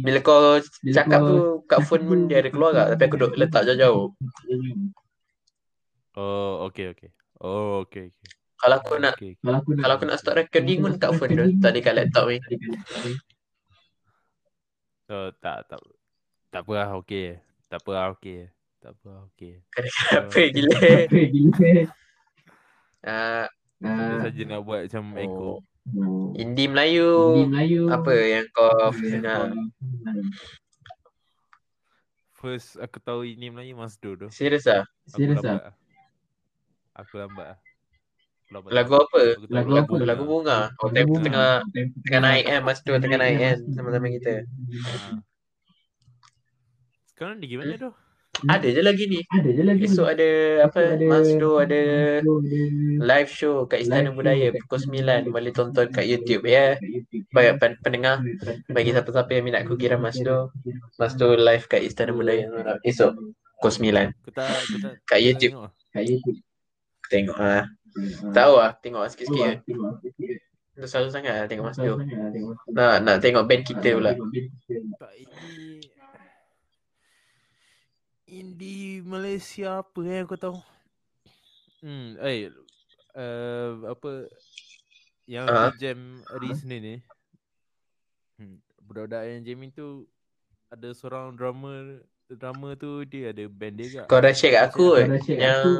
S1: bila kau
S3: Bila
S1: cakap
S3: kau
S1: tu kat phone pun dia ada keluar tak? Tapi aku duk letak jauh-jauh.
S2: Oh, okey okey. Oh, okey okey.
S1: Kalau aku nak
S2: Okey, okey.
S3: Kalau aku nak
S1: kalau aku nak stop recording pun kat phone tu, tak ada kat laptop ni.
S2: Oh, tak tak. Tak apa lah, okey. Tak apa lah, okey. Tak apa lah, okey.
S1: Apa gila.
S3: Gila
S1: Ah,
S2: Saya
S3: Ah,
S2: saja nak buat macam
S1: oh.
S2: echo.
S3: Hmm.
S1: Indie
S3: Hindi
S1: Melayu
S3: Melayu.
S1: apa yang kau
S3: yang
S1: nak?
S3: kau-
S2: First aku tahu ini Melayu Masdo tu.
S1: Serius ah?
S2: Aku
S3: Serius
S2: lambat
S3: ah?
S2: ah. Aku lambat ah. Aku lambat
S1: Lagu
S2: tak.
S1: apa?
S2: Aku tahu
S3: Lagu apa?
S2: Bunga.
S1: Lagu bunga. Oh,
S3: Lagu
S1: tengah
S3: bunga.
S1: tengah
S3: Tempo
S1: tengah naik kan masa tu tengah naik kan
S3: masa tu.
S1: sama-sama kita.
S2: Ha. Sekarang dia
S1: Hmm?
S2: gimana tu?
S1: Ada je lagi ni.
S3: Ada je lagi.
S1: Esok ada apa? Masdo ada live show kat Istana
S3: Live
S1: Budaya
S3: show kat
S1: pukul
S3: Istana
S1: 9
S3: Budaya.
S1: boleh tonton kat YouTube ya.
S3: Kat YouTube,
S1: Bagi
S3: ya.
S1: pen- pendengar bagi siapa-siapa yang minat kukiran Masdo, Masdo live kat Istana Budaya esok pukul 9
S2: Aku tak aku
S1: kat
S2: tak aku tak
S1: YouTube.
S2: tengok.
S3: Kat YouTube.
S1: Tengok ah.
S3: Ha.
S1: Tahu ah tengok sikit-sikit.
S3: Tahu
S1: kan.
S3: lah, tengok sikit-sikit.
S1: Tu selalu sangat lah tengok Masdo.
S3: Tahu sangat lah, tengok Masdo.
S1: Nak nak tengok band kita
S3: Ha,
S1: pula.
S3: tengok band kita.
S2: Tak ini Indie Malaysia apa eh aku tahu. Hmm, eh uh, apa yang
S1: Ah.
S2: uh. jam hari Senin ni. Hmm, budak-budak yang jamming tu ada seorang drama drama tu dia ada band dia kat.
S1: Kau dah share kat aku
S3: Kau
S1: kan.
S3: dah check
S1: Yang
S3: aku.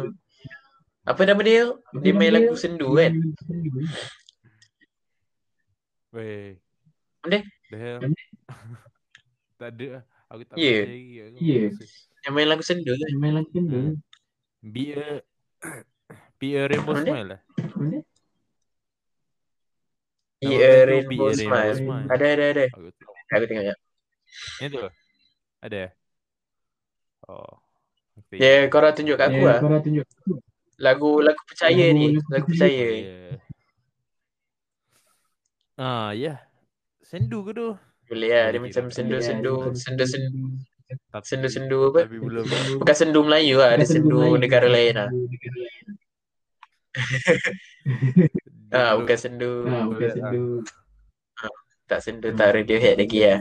S1: apa nama dia? Dia main lagu sendu kan.
S2: Weh.
S1: Mana?
S2: The hell.
S3: Mana?
S2: tak ada lah. Aku tak
S1: Ya.
S2: percaya lagi aku.
S3: Ya.
S1: Yang main lagu sendu kan.
S3: Yang main lagu sendu.
S2: Hmm. Be a Be a Rainbow
S1: Mana?
S2: Smile lah.
S3: Mana?
S2: Nama
S1: Ye a
S2: lagu tu
S1: Rainbow
S2: Be a Rainbow
S1: Smile.
S2: Smile.
S1: Ada ada ada.
S2: Aku tahu.
S1: Aku tengok ya.
S2: Yang tu? Ada? eh? Oh. Okay.
S1: Ya, kau dah tunjuk kat aku
S3: Eh,
S1: lah.
S3: Kau dah tunjuk.
S1: Lagu lagu percaya
S3: Lagu-
S1: ni,
S3: lagu
S1: lagu
S2: Oh,
S1: percaya.
S2: yeah. Ah, ya. Yeah. Sendu ke tu?
S1: Boleh lah, dia
S2: Boleh
S1: macam
S2: kira.
S3: Ya,
S1: sendu-sendu,
S2: Boleh,
S1: sendu-sendu,
S2: Tapi,
S1: sendu-sendu apa?
S2: tapi belum.
S1: Bukan sendu Melayu lah, ada sendu negara lain lah.
S2: dia
S1: Ah,
S2: belum-
S1: bukan sendu,
S3: Ha, bukan
S2: Ah.
S3: sendu.
S1: tak sendu, tak Radiohead lagi lah.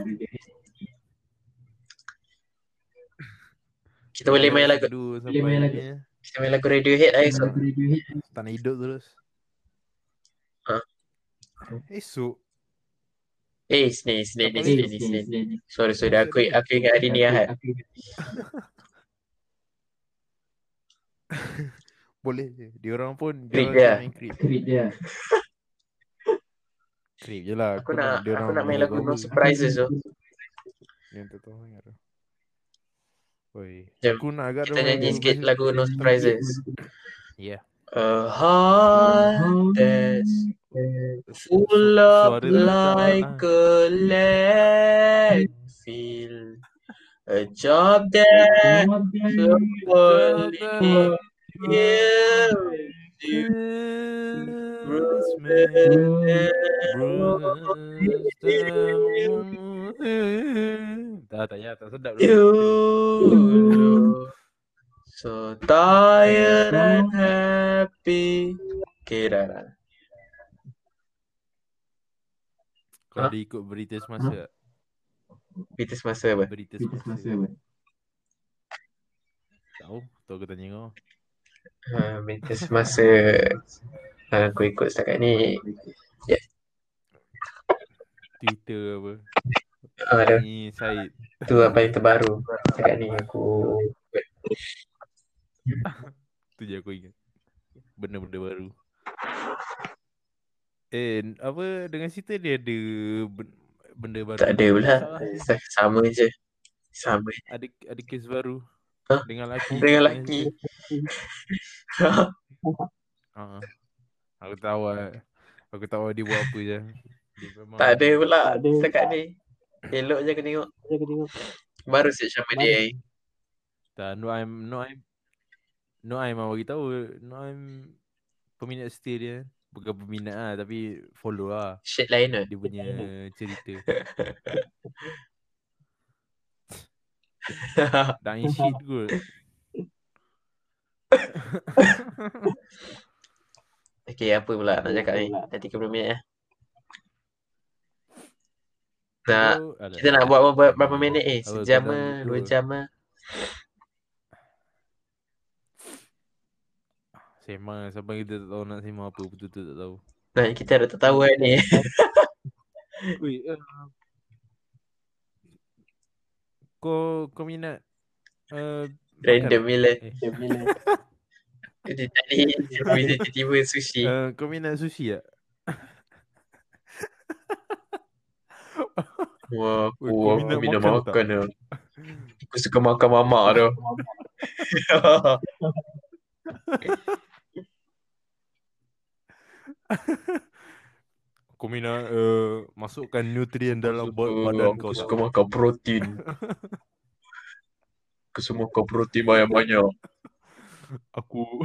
S1: Kita boleh main lagu,
S2: Sendu
S3: Boleh main
S2: sampai
S3: lagu.
S2: ni.
S1: kita main lagu Radiohead lah esok.
S2: Tak nak hidup terus.
S1: Ah.
S2: Esok.
S1: Eh, Senin, Senin ni,
S2: Tak
S1: Senin ni, Senin. Sorry, sorry, aku, aku ingat hari ni lah. Ahad.
S2: Boleh je. Diorang pun
S1: Creep
S2: diorang
S1: je.
S2: main creep.
S3: Creep dia.
S2: Creep je lah.
S1: Aku nak,
S2: diorang
S1: aku nak main lagu
S2: bawa-bawa
S1: No Surprises tu.
S2: Yang tak tahu sangat tu. Oi.
S1: Jom,
S2: Aku nak agak
S1: Kita nyanyi sikit lagu No Surprises.
S2: Ya.
S1: A heart that's Full
S2: Suara
S1: up
S2: tu macam
S1: like a landfill. A job that will you
S2: Christmas brings the- Dah tak payah, tak sedap dah.
S1: you. So tired and happy. Okay dah. dah.
S2: Kau
S1: Ha?
S2: ada ikut berita semasa tak?
S1: Kita semasa apa?
S2: Berita
S3: Masa
S2: semasa
S3: apa?
S2: Tahu, tu aku tanya kau
S1: Ha, kita semasa ha, aku ikut setakat ni.
S2: Twitter apa
S1: Ha, dah,
S2: Ni Syed
S1: tu apa yang terbaru. Setakat ni aku
S2: Tu je aku ingat Benda-benda baru Eh apa Dengan cerita dia ada ben- Benda baru
S1: Tak ada pula.
S2: Salah.
S1: Sa- Sama je. Sama je.
S2: Ada ada kes baru
S1: Hah?
S2: Dengan laki
S1: Dengan laki.
S2: ha. Aku tahu lah Aku tahu dia buat apa je dia memang
S1: tak ada pula
S3: Tak ada.
S1: setakat ni. Elok je aku tengok. Baru set sama dia. eh?
S2: Tak, no I'm no I'm no I'm mau bagi tahu no I'm peminat setia dia. Bukan peminat lah tapi follow lah
S1: Shit lain tu.
S2: dia punya cerita. Dying shit kot.
S1: okay, apa pula nak cakap ni? Dah 30 minit lah. Nak,
S2: So, alah,
S1: kita nak buat berapa, berapa minit eh?
S2: Apa,
S1: Sejam
S2: kau dah
S1: ke? Dua
S2: lupa.
S1: jam ke?
S2: Sembang sampai kita tak tahu nak sembang apa betul-betul tak tahu.
S1: Nah, kita dah tak tahu kan ni.
S2: Wait, uh, kau kau minat uh,
S1: Random gila.
S2: Eh,
S1: Dia tadi tiba-tiba sushi.
S2: uh, kau minat sushi tak?
S1: Wah, Oh, aku,
S2: Ui, kau
S1: aku
S2: minat
S1: minat
S2: makan tak?
S1: makan tu. Aku suka makan mamak tu.
S2: Kau minat uh, masukkan nutrien dalam
S1: Aku
S2: buat
S1: suka-
S2: badan
S1: aku
S2: kau.
S1: suka makan protein. Aku suka makan protein banyak-banyak.
S2: Aku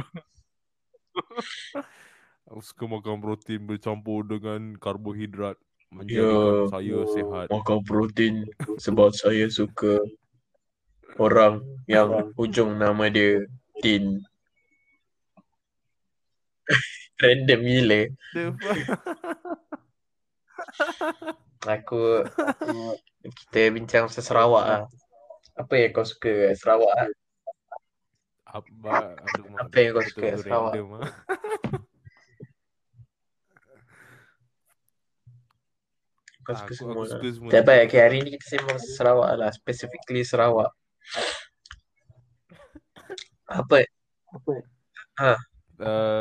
S2: Aku suka makan protein bercampur dengan karbohidrat menjadikan
S1: Ya.
S2: saya sihat.
S1: Makan protein sebab saya suka orang yang hujung nama dia Tin. Random gila. Aku kita bincang pasal Sarawak ah. Apa yang kau suka kat Sarawak ah?
S2: Apa aduh, mak,
S1: Apa yang kau suka
S2: betul-betul
S1: Sarawak?
S2: random, ah.
S1: Kau suka
S2: Aku,
S1: semua.
S2: aku
S1: lah.
S2: suka semua.
S1: Tak apa, okay, hari ni kita sembang pasal Sarawak lah. Specifically Sarawak. Apa?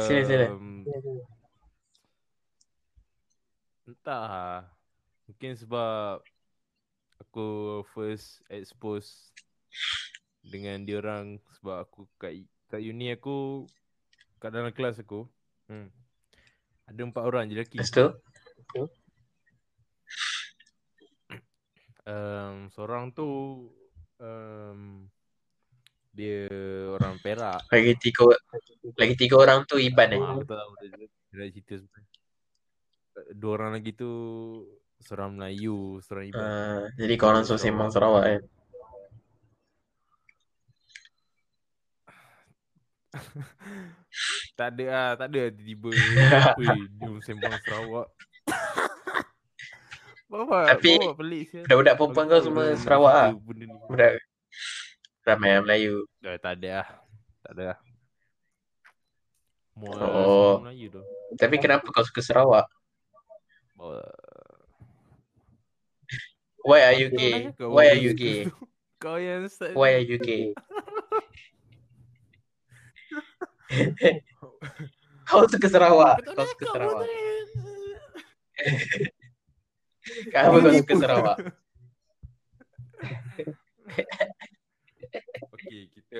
S1: Sila, sila.
S2: Um, Entah lah. Mungkin sebab aku first expose dengan diorang sebab aku kat, kat uni aku kat dalam kelas aku hmm. ada empat orang je lelaki.
S1: Lepas tu?
S2: Um, seorang tu um, dia orang Perak.
S1: Lagi tiga lagi tiga orang tu Iban eh.
S2: Ah, aku tak tahu dia, dia, dia nak cerita sebenarnya. Dua orang lagi tu seorang Melayu, seorang Iban.
S1: Ah, jadi kau orang semua sembang Sarawak eh.
S2: tak ada ah, tak ada tiba-tiba Ui, jom sembang Sarawak. Bawa,
S1: Tapi,
S2: bawa pelik sial.
S1: Budak-budak perempuan kau semua Sarawak ah.
S2: Benda ni.
S1: Budak ramai yang Melayu.
S2: Eh, tak ada ah. Tak ada ah. Mual
S1: Oh.
S2: oh. Melayu tu.
S1: Tapi kenapa kau suka Sarawak?
S2: Bawa.
S1: Why are you
S2: Kau
S1: gay?
S2: lah, kau
S1: Why
S2: orang
S1: are you
S2: suka
S1: gay?
S2: tu. Kau yang start.
S1: Why are you gay? Kau suka Sarawak.
S2: lah,
S1: Kau suka Sarawak. Kenapa kau suka Sarawak?
S2: Okey, kita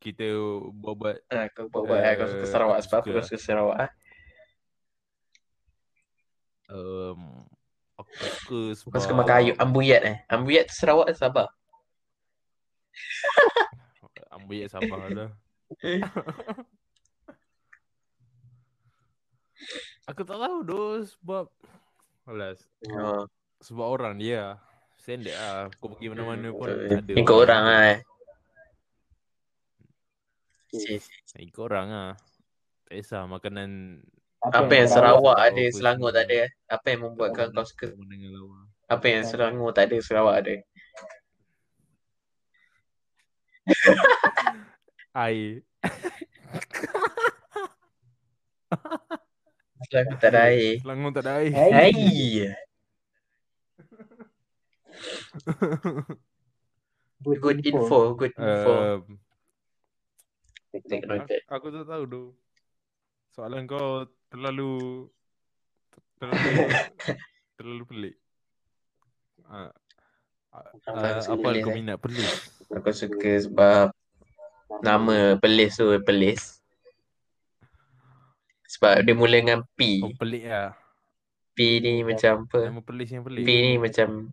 S2: kita buat
S1: Ah, kau buat buat ah, kau suka Sarawak sebab apa kau suka Sarawak ah?
S2: um, aku suka sebab
S1: Kau suka makan ayam ambuyat eh. Ambuyat tu Sarawak ke Sabah?
S2: Ambil Sabah lah. aku tak tahu doh sebab Alas,
S1: Oh,
S2: sebab orang dia standard lah. Kau pergi mana-mana pun tak ada.
S1: Ikut orang ah. eh. Si- si-
S2: Ikut orang ah. Tak kisah makanan
S1: Apa yang Sarawak
S2: Sarawak
S1: ada,
S2: apa
S1: Selangor tak ada?
S2: semua.
S1: eh? Apa yang membuatkan kau suka?
S2: orang dengan lawa.
S1: Apa yang Selangor tak ada, Sarawak ada?
S2: Air.
S1: Selangor tak ada air.
S2: Selangor tak ada air.
S3: Hai.
S1: Air. Good info, good info.
S2: Um,
S1: Take
S2: Aku,
S1: noted.
S2: aku tak tahu tu. Soalan kau terlalu terlalu terlalu pelik. Ah, ah,
S1: Apa
S2: ah,
S1: maksud
S2: apa
S1: pelik,
S2: kau
S1: eh?
S2: minat pelis?
S1: Aku suka sebab nama pelis tu pelis. Sebab dia mula dengan P.
S2: Oh pelik lah.
S1: P ni macam apa?
S2: Nama pelis
S1: P
S2: yang pelik.
S1: ni macam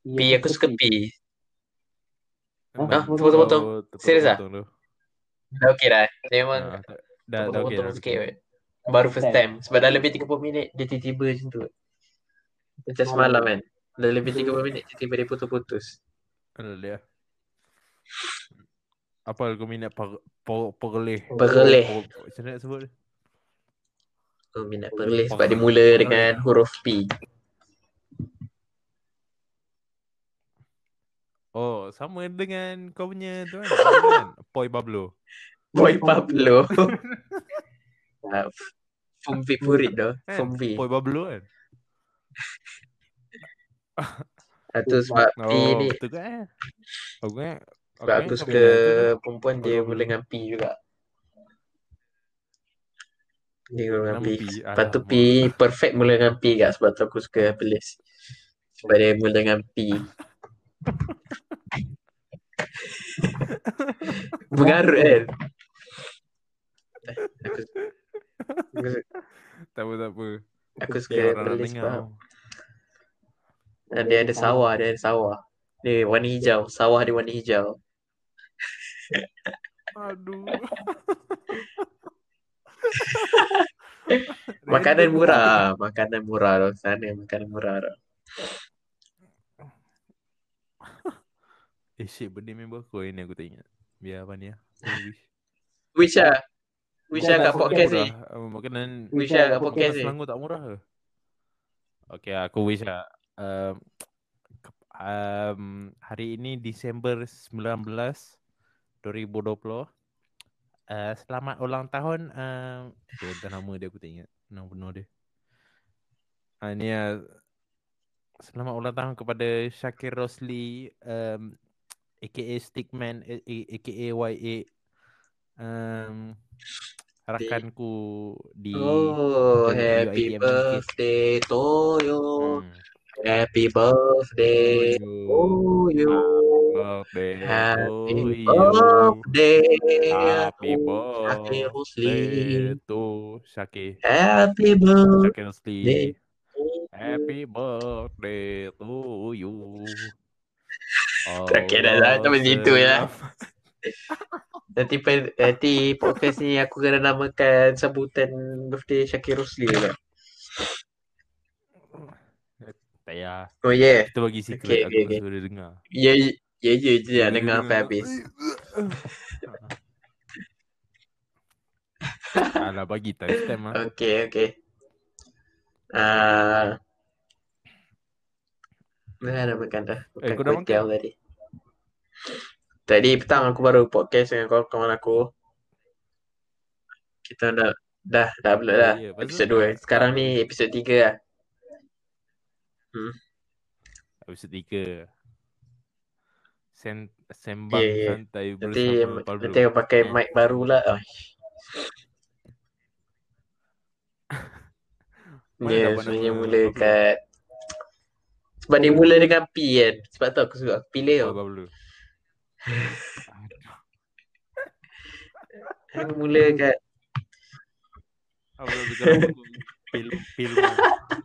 S1: P aku suka P. Ah,
S2: Nama
S1: potong-potong.
S2: kau terpotong-potong
S1: Serius ah?
S2: Oh, tu.
S1: Dah okey dah. Memang
S2: Ah, tak- Dah dah okey.
S1: potong-potong
S2: dah
S1: sikit
S2: okey.
S1: kot. Baru first time. Sebab dah lebih 30 minit dia tiba-tiba macam tu.
S2: Oh.
S1: Macam semalam kan. Dah lebih 30 minit tiba-tiba dia putus-putus.
S2: Alah, dia. Apa kau minat per- per- perleh?
S1: Perleh.
S2: Per- Macam mana nak sebut? dia?
S1: Aku Oh, minat
S2: ya,
S1: perlis sebab dia mula dengan huruf P.
S2: Oh, sama dengan kau punya tu kan. Pablo kan? Poi Pablo.
S1: Boy Pablo. Ah, f- Fum V Purit tu.
S2: Kan?
S1: Fum V.
S2: Poi Pablo kan.
S1: Ah, tu sebab P
S2: Oh,
S1: ni.
S2: betul kan? Aku kan.
S1: Sebab
S2: kan
S1: aku
S2: kau
S1: suka
S2: bilang tu kan.
S1: perempuan dia mula dengan P juga. Dia guna dengan
S2: Nama
S1: P.
S2: P. ah,
S1: Lepas tu
S2: Alamak.
S1: P perfect mula dengan P kat sebab tu aku
S2: Ah.
S1: suka Hercules. Sebab dia mula dengan P. Mengarut kan? Aku, aku,
S2: Tak apa tak apa.
S1: aku suka
S2: Biar orang nak
S1: Hercules
S2: dengar.
S1: sebab ah, dia ada sawah, dia ada sawah. Dia warna hijau, sawah dia warna hijau.
S2: Aduh.
S1: Makanan murah, lah. makanan murah tau sana, makanan murah lah. tau.
S2: Eh shit benda member aku hari ni aku tak ingat. Biar apa ni ya.
S1: Wish lah. Wish lah kat
S3: Jangan tak
S1: podcast ni.
S2: lah. Makanan
S1: Wish lah kat podcast
S2: makanan
S1: ni.
S2: Selangor tak murah ke? Okay aku wish lah. Um, ke- um, hari ini Disember 19 2020. Uh, selamat ulang tahun. Um, okay, dah nama dia aku tak ingat. Nama penuh dia. Uh, ni uh, selamat ulang tahun kepada Syakir Rosli um, aka Stickman a- a- aka YA um, rakanku di
S1: Oh,
S2: Di-
S1: happy
S2: UiTM
S1: birthday to you.
S2: Hmm.
S1: Happy birthday to you.
S2: Birthday
S1: Happy
S2: to you.
S1: birthday
S2: Happy
S1: to
S2: birthday
S1: Syakir Rosli.
S2: to Syakir.
S1: Happy
S2: Syakir Rosli.
S1: Birthday.
S2: Happy birthday to you.
S1: Tak kira lah, sampai situ je lah.
S2: Allah
S1: Nanti, pe- nanti podcast ni aku kena namakan sambutan birthday Syakir Rosli lah.
S2: selamat. Tak payah.
S1: Oh yeah.
S2: Kita bagi secret.
S1: Okay,
S2: aku
S1: okay,
S2: tak
S1: okay.
S2: suruh dia dengar.
S1: Ya, ya, ya je
S2: Suruh
S1: nak
S2: dia
S1: dengar sampai habis.
S2: Alah bagi timestamp lah.
S1: Okay, okay. Ah. Dah dah makan dah. Makan
S2: Eh, kau dah
S1: kuih tiaw tadi. Tadi petang aku baru podcast dengan kawan-kawan aku. Kita dah dah dah upload dah.
S2: Ya, lepas tu-
S1: Episod 2. Sekarang ni episod 3 lah.
S2: Episod tiga Sen sembang
S1: Ya, ya.
S2: santai
S1: Nanti
S2: bersama Pablo.
S1: nanti aku
S2: Eh.
S1: pakai mic baru lah. Oh.
S2: Mana
S1: Ya,
S2: dapat
S1: sebenarnya
S2: nama
S1: mula
S2: Pablo?
S1: kat sebab dia mula dengan P kan. Sebab tu aku suka aku pilih
S2: Oh,
S1: tau.
S2: Pablo.
S1: Aku mula kat
S2: Pablo sekarang aku pil pilman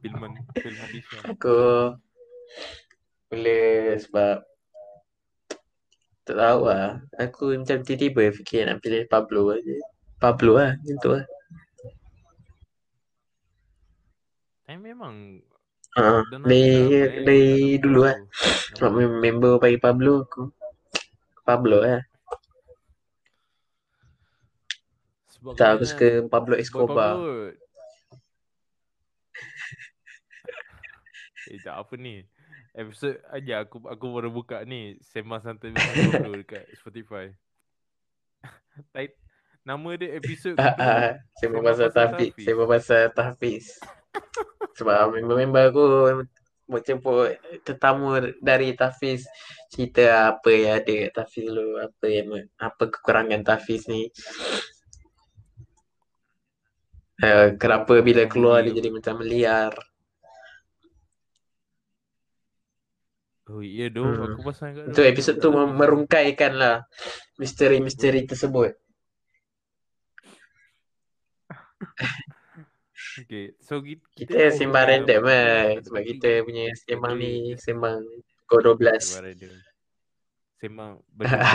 S2: pilman pilman Bisha.
S1: Aku mula sebab tak tahu lah. Aku macam tiba-tiba fikir nak pilih Pablo aja. Pablo lah, macam tu lah.
S2: Tapi memang
S1: Ha,
S2: dah nama- dah
S1: dari,
S2: nama, eh.
S1: dari
S2: Dah nama
S1: dulu lah.
S2: Pablo.
S1: Sebab mem- member panggil Pablo, aku Pablo lah.
S2: Sebab
S1: Tak, aku
S2: kena-
S1: suka Pablo
S2: sebab
S1: Escobar.
S2: Pablo. Eh tak apa ni. Episod aja aku aku baru buka ni sembang santai bersama Pablo dekat Spotify. Tit- Nama dia episod
S1: Ah,
S2: kedua.
S1: ah, Saya pasal Tahfiz. Saya pasal Tahfiz. Sebab member-member aku macam pun tetamu dari Tahfiz cerita apa yang ada kat Tahfiz dulu, apa yang apa kekurangan Tahfiz ni. Uh, kenapa bila keluar dia jadi macam liar.
S2: Oh iya doh,
S1: Hmm.
S2: aku pasang kat
S1: Itu
S2: doh.
S1: episod tu mem- merungkaikan lah misteri-misteri tersebut.
S2: Okay, so kita,
S1: Kita sembang
S2: kita-
S1: random lah sebab kita punya sembang ni sembang kod 12.
S2: Sembang random. Sembang berjumpa,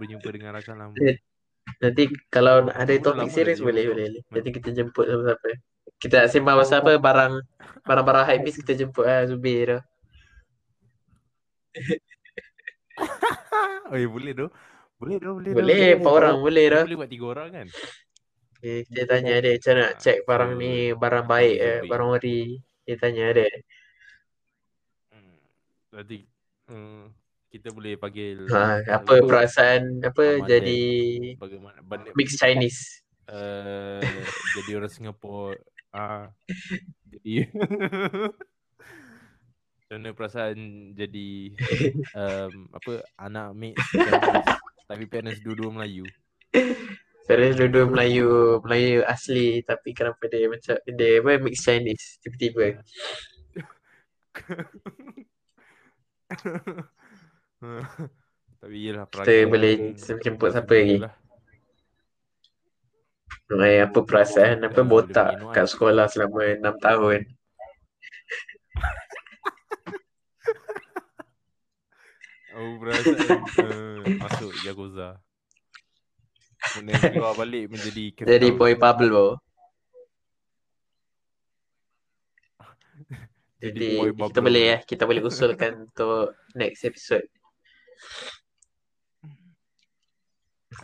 S2: berjumpa dengan rakan lama.
S1: Nanti kalau
S2: Oh,
S1: ada
S2: aku pun
S1: topik
S2: lama
S1: serius
S2: dah
S1: boleh
S2: jumpa.
S1: boleh. Nanti kita jemput apa-apa. Kita nak sembang pasal apa barang barang-barang habis kita jemput ah Zubir tu.
S2: oh ya boleh doh. Boleh doh, boleh doh.
S1: Boleh empat orang boleh
S2: Kita
S1: dah.
S2: Boleh buat tiga orang kan?
S1: Okay, kita tanya dia macam nak check barang
S2: So,
S1: ni barang
S2: aku
S1: baik
S2: dengan
S1: eh,
S2: Zubir.
S1: barang ori. Dia tanya dia.
S2: Hmm. Nanti hmm, kita boleh panggil
S1: Ha, apa
S2: Aku-
S1: perasaan apa
S2: Ahmad
S1: jadi
S2: bagaimana benda,
S1: mix Chinese.
S2: uh, jadi orang Singapura. Ah, jadi Macam mana perasaan jadi um, apa anak mix parents, tapi parents dua-dua Melayu.
S1: Terus dua-dua Melayu Melayu asli Tapi kenapa dia macam Dia apa mix Chinese
S2: Hmm.
S1: Tiba-tiba
S2: Tapi yelah
S1: Kita boleh jemput siapa lagi? Mengenai apa perasaan Apa
S2: Dah,
S1: botak
S2: dia punya
S1: Kat
S2: nuan.
S1: sekolah selama 6 tahun
S2: Aku perasaan uh, Masuk Yakuza Kena keluar balik menjadi Captain
S1: Jadi boy Pablo
S2: Jadi
S1: Jadi
S2: boy
S1: kita
S2: Pablo.
S1: boleh ya Kita boleh usulkan Untuk next episode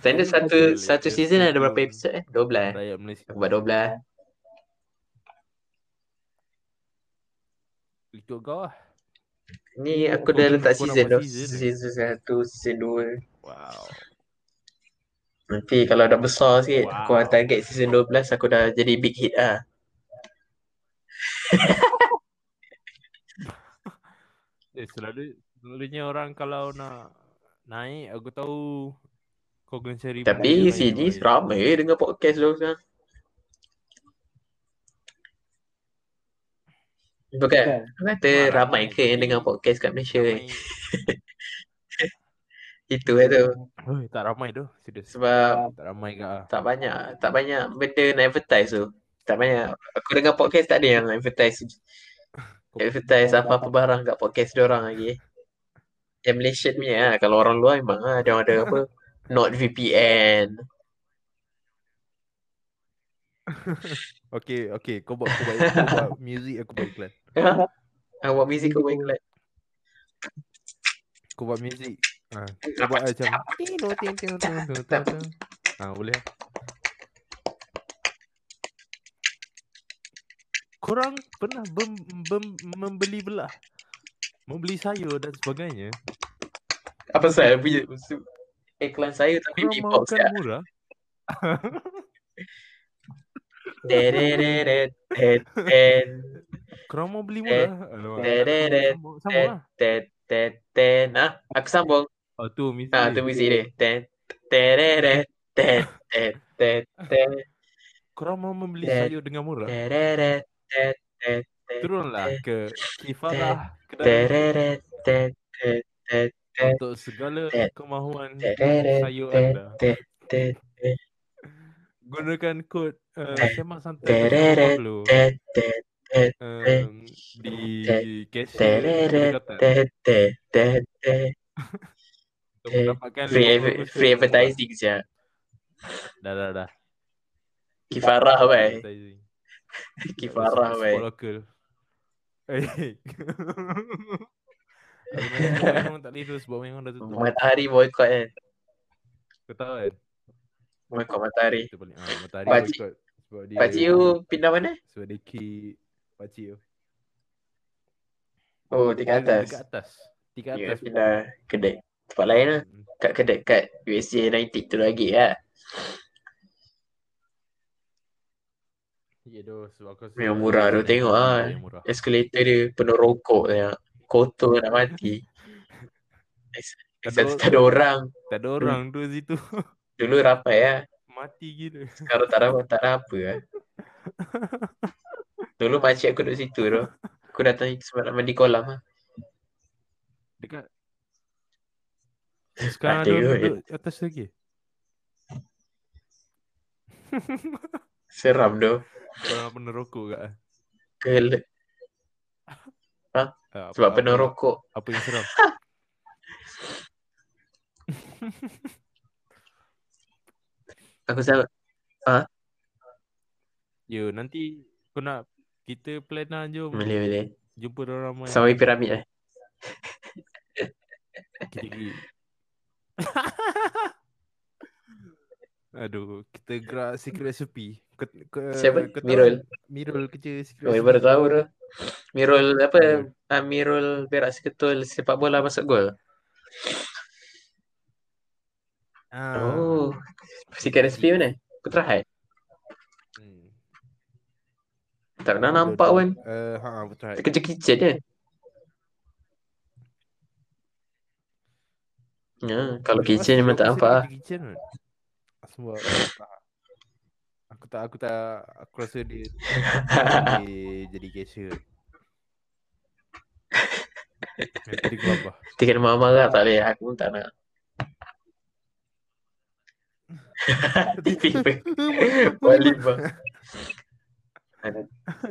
S1: Standard satu
S2: Boleh.
S1: Satu season ada berapa episode eh? 12 eh?
S2: Rakyat Malaysia
S1: Aku buat 12
S2: Ikut kau lah
S1: Ni aku
S2: Kau
S1: dah
S2: kena-
S1: letak
S2: kau nak
S1: season
S2: buat
S1: dah
S2: season eh?
S1: Season 1 Season 2
S2: Wow
S1: Nanti kalau dah besar sikit,
S2: Wow.
S1: aku hantar target season 12, aku dah jadi big hit ah.
S2: Eh selalu Selalunya orang kalau nak Naik aku tahu Kau kena cari
S1: Tapi
S2: benda lain
S1: sini
S2: buat.
S1: ramai dengan podcast tu sekarang. Bukan,
S3: Bukan.
S1: aku kata
S2: Ah, ramai.
S1: kan? ramai ke yang dengar podcast kat Malaysia ni?
S2: Ramai-
S1: Itu lah tu.
S2: Oi, tak ramai tu Serius
S1: Sebab
S2: Tak ramai ke ah.
S1: tak banyak, tak banyak benda nak advertise tu. Tak banyak. Aku dengar podcast tak ada yang advertise advertise apa-apa barang kat podcast dia orang lagi. Yang Malaysia punya lah. Kalau orang luar memang lah. Dia orang ada apa. Not VPN.
S2: Okay okay Kau buat Kau buat, kau buat music Aku buat iklan
S1: Ah, buat music kau main kelat.
S2: Kau buat music ha, Kau buat macam Ha boleh lah. Korang pernah bem, bem, membeli belah Membeli sayur dan sebagainya
S1: Apa saya punya su- iklan saya tapi
S2: Korang
S1: beatbox
S2: mahukan
S1: ya.
S2: murah
S1: Dedededed, ded, ded,
S2: Korang mau beli murah Alamak.
S1: eh, eh, eh,
S2: Sama, sama lah
S1: ded, ded, ded. Ah, aku sambung.
S2: Oh tu music
S1: Ah, tu music dia. Ded, dededed, ded, ded, ded, ded,
S2: Korang mau membeli
S1: Eh, eh,
S2: sayur dengan murah
S1: dededed, ded, ded, ded,
S2: Turunlah ke
S1: eh,
S2: Kifarah Kedai
S1: dededed, ded, ded, ded, eh,
S2: Untuk segala
S1: eh,
S2: kemahuan
S1: eh, eh,
S2: sayur
S1: eh,
S2: anda
S1: ded.
S2: Gunakan kod uh,
S1: Eh, eh,
S2: Semak Santai
S1: tereret,
S2: Pablo
S1: Ted, ted,
S2: um, eh,
S1: eh,
S2: Di cashier
S1: tereret,
S2: berdekatan
S1: ted, ted, ted, ted.
S2: Untuk
S1: eh,
S2: mendapatkan
S1: Free, adver- free
S2: 50% diskon.
S1: advertising je.
S2: Dah dah dah
S1: Kifarah weh.
S2: Advertising.
S1: Kifarah
S2: Support-
S1: weh.
S2: support local Eh Memang tak boleh terus Sebab memang dah tutup
S1: Matahari boycott kan.
S2: Kau tahu kan
S1: Boycott matahari.
S2: Kita balik ah, Matahari
S1: Eh. Pakcik-
S2: boycott Sebab dia
S1: Pakcik you pindah mana?
S2: Sebab dia key Pakcik you
S1: Oh, tingkat
S2: Dekat
S1: atas.
S2: atas Tingkat
S1: You
S2: atas
S1: pindah kedai. Tempat lain lah.
S2: Hmm.
S1: Kat kedai kat USJ 90 tu lagi lah.
S2: Ya doh sebab aku
S1: Memang murah tu, tengok ah.
S2: Yang murah.
S1: Eskalator dia penuh rokok dia. Kotor nak mati. Satu tak ada orang.
S2: Tak ada orang tu situ
S1: Dulu ramai lah.
S2: Mati gila
S1: Sekarang tak ramai tak ada apa lah. Dulu makcik aku duduk situ tu. Aku datang sebab nak mandi kolam lah.
S2: Dekat
S1: Tak
S2: Sekarang ada
S1: ada
S2: orang
S1: kot.
S2: duduk atas lagi
S1: Seram tu.
S2: Orang penuh rokok kat ah.
S1: Gel.
S2: Ah,
S1: Sebab
S2: apa-
S1: penuh
S2: apa-
S1: rokok.
S2: Apa yang seram
S1: Aku sangat
S2: Yo Ya, nanti Kau nak Kita plan lah jom
S1: boleh boleh.
S2: Jumpa orang ramai
S1: Sampai piramid lah.
S2: Kita pergi Aduh Kita gerak secret recipe Kau, kau,
S1: Siapa?
S2: kau tahu
S1: Mirul.
S2: Mirul kerja secret
S1: Oh,
S2: recipe
S1: baru tahu tu. Mirul apa?
S2: Mirul.
S1: Ah, Mirul berak seketul sepak bola masuk gol.
S2: ah.
S1: Oh. Sikat resipi mana? Aku terahat.
S2: hmm.
S1: Tak pernah nampak pun.
S2: uh, ha, Betul
S1: Tak Kerja kitchen je. Ah, Ya, kalau kitchen memang tak nampak lah.
S2: Kitchen, Sebab aku tak- Aku tak Aku tak Aku rasa dia Dia jadi cashier Jadi kelabah
S1: Dia kena marah-marah tak boleh. Aku pun tak nak. Tiba-tiba. Wali bang.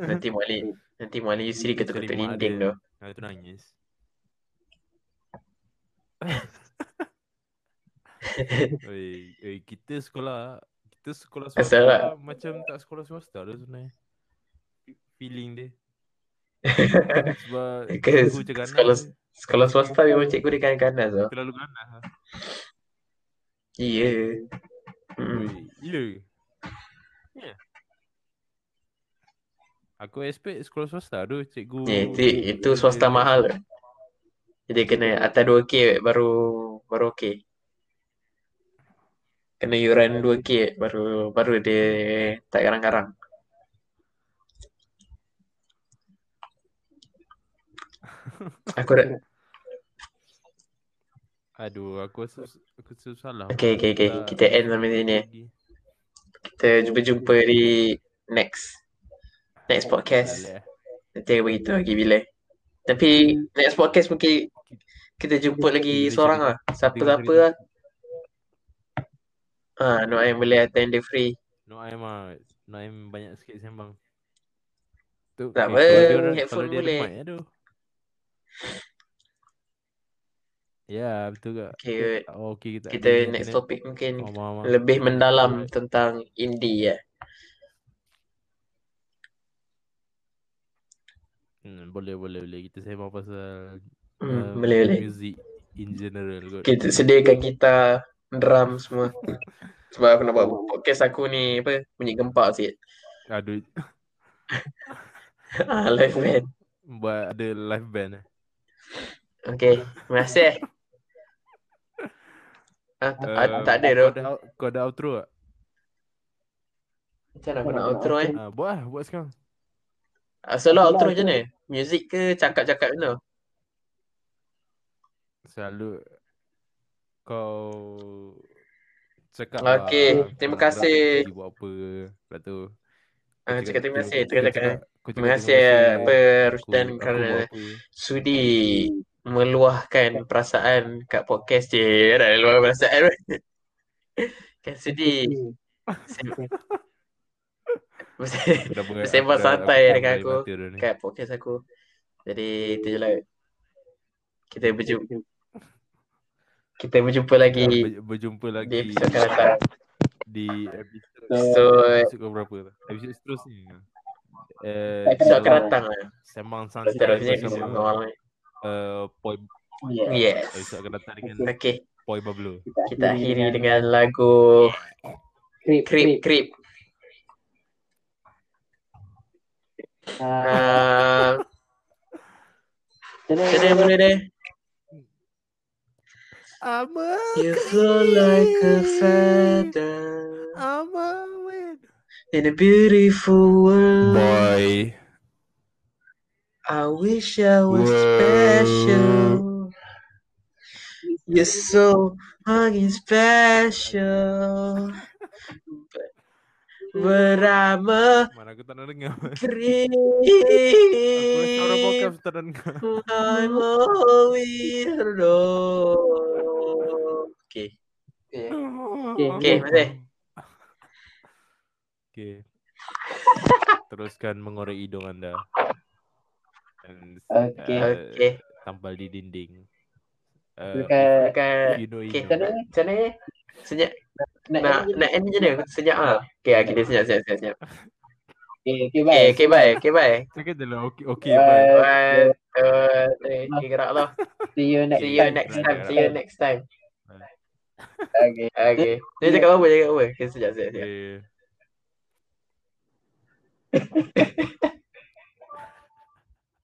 S1: Nanti Malik Nanti Malik Yusri ketuk-ketuk
S2: Terima
S1: dinding tu
S2: ada. Lepas tu nangis Oi, oi, kita sekolah kita sekolah
S1: Asal lah.
S2: swasta macam tak sekolah swasta lah sebenarnya. Feeling dia. Sebab
S1: Ke
S2: cikgu macam ganas
S1: sekolah-
S2: dia,
S1: Sekolah swasta memang cikgu dia kanan-kanan tu
S2: terlalu ganas lah.
S1: Ya
S2: Oi,
S1: Mm.
S2: ya. Ya. Aku expect sekolah swasta tu cikgu
S1: Ya, itu, itu swasta mahal tu. Jadi kena atas 2K baru baru okey. Kena yuran 2K baru baru dia tak garang-garang. Aku dah
S2: Aduh, aku rasa aku rasa salah.
S1: Okay, okay, okay.
S2: Tak-
S1: Kita end sampai sini. kita jumpa-jumpa di next next podcast.
S2: Alah.
S1: Nanti aku beritahu lagi bila. Tapi next podcast mungkin Hmm. kita jumpa lagi
S2: Kita
S1: seorang
S2: jadi-
S1: lah. Siapa-siapa lah. Ha, no I boleh attend dia free.
S2: Noaim ah. Noaim banyak sikit sembang. Tu,
S1: Tak
S2: eh, kalau
S1: apa,
S2: dia orang-
S1: headphone
S2: kalau dia ada
S1: boleh.
S2: mic, aduh. Ya, betul kak.
S1: Okay,
S2: Oh, okay, kita,
S1: kita next topic mungkin
S2: Oh, mama.
S1: lebih mendalam tentang indie ya.
S2: Hmm, boleh, boleh, boleh. Kita sembang pasal
S1: Hmm,
S2: um,
S1: boleh boleh.
S2: music in general kot.
S1: Kita sediakan kita drum semua. Sebab aku nak buat podcast aku ni apa bunyi gempak sikit.
S2: Aduh,
S1: Ah, live band.
S2: buat ada live band eh.
S1: Okay, terima kasih. Ah, tak, ah, tak ada tu.
S2: Uh, kau ada, kau ada outro tak?
S1: Macam mana aku nak outro eh?
S2: Ah, buat lah, buat sekarang.
S1: Ah, Solo outro macam mana? Music ke cakap-cakap macam mana?
S2: Selalu kau cakap
S1: Okey,
S2: lah,
S1: terima
S2: kau nak
S1: kasih.
S2: pergi Buat apa, lepas tu.
S1: Ah, cakap terima kasih.
S2: kau
S1: Terima kasih.
S2: kau cakap
S1: Terima kasih apa Rusdan
S2: aku
S1: kerana
S2: buat apa.
S1: sudi meluahkan perasaan kat podcast je. Dah luah perasaan. Kan sudi. Sem-
S2: Aku dah berat-
S1: bersembang
S2: aku dah-
S1: santai
S2: dah
S1: dengan
S2: balik
S1: aku.
S2: mata dah ni.
S1: kat podcast aku. Jadi itu je lah. Kita berjumpa. Kita berjumpa lagi
S2: Ber- Berjumpa
S1: di
S2: lagi
S1: episod akan datang.
S2: di episod
S1: So,
S2: episod ke berapa lah? Episod seterusnya. Eh,
S1: episod akan
S2: dalam
S1: datang lah.
S2: Sembang santai
S1: Seterusnya episod
S2: bersama
S1: awal ni.
S2: eh, Poi
S1: Yes.
S2: episod akan datang dengan
S1: Okay.
S2: Poi Bablo.
S1: Kita akhiri dengan lagu
S4: Krip,
S1: Creep Creep.
S4: Ah,
S1: Uh,
S4: macam
S1: macam
S4: mana?
S1: mana benda dia?
S2: I'm a
S1: You flow like a feather
S2: I'm a win.
S1: in a beautiful world.
S2: Boy.
S1: I wish I was
S2: Whoa.
S1: special. You're so fucking special. But, but I'm a
S2: Mana aku tak nak dengar. Aku
S1: creep.
S2: rasa orang
S1: Eh.
S2: podcast tak nak dengar.
S1: I'm a weirdo. Okay. Yeah.
S2: Okay,
S1: boleh.
S2: Okay. Teruskan mengorek hidung anda. Dan,
S4: Okey.
S2: uh,
S1: Okay.
S2: Tampal di dinding. Uh,
S4: Dekat
S1: Dekat
S2: you know, you
S1: Okay,
S2: know.
S1: macam mana? Macam mana? Senyap.
S4: nak
S1: Nak,
S4: end je.
S1: nak end macam mana? Senyap ah. Okay, okay, dia senyap, senyap, senyap, senyap.
S4: Okay, okay, bye.
S1: Okay, okay, bye. Okay, bye.
S2: Cakap je lah. Okay, okay.
S4: Bye.
S1: One,
S2: bye.
S1: two, three. Okay, gerak lah.
S4: See you next
S1: See you
S4: time.
S1: next time. See you next time.
S4: Okay.
S1: Okay. Dia cakap apa? Dia cakap apa? Okay, senyap, senyap, senyap.
S2: Okay.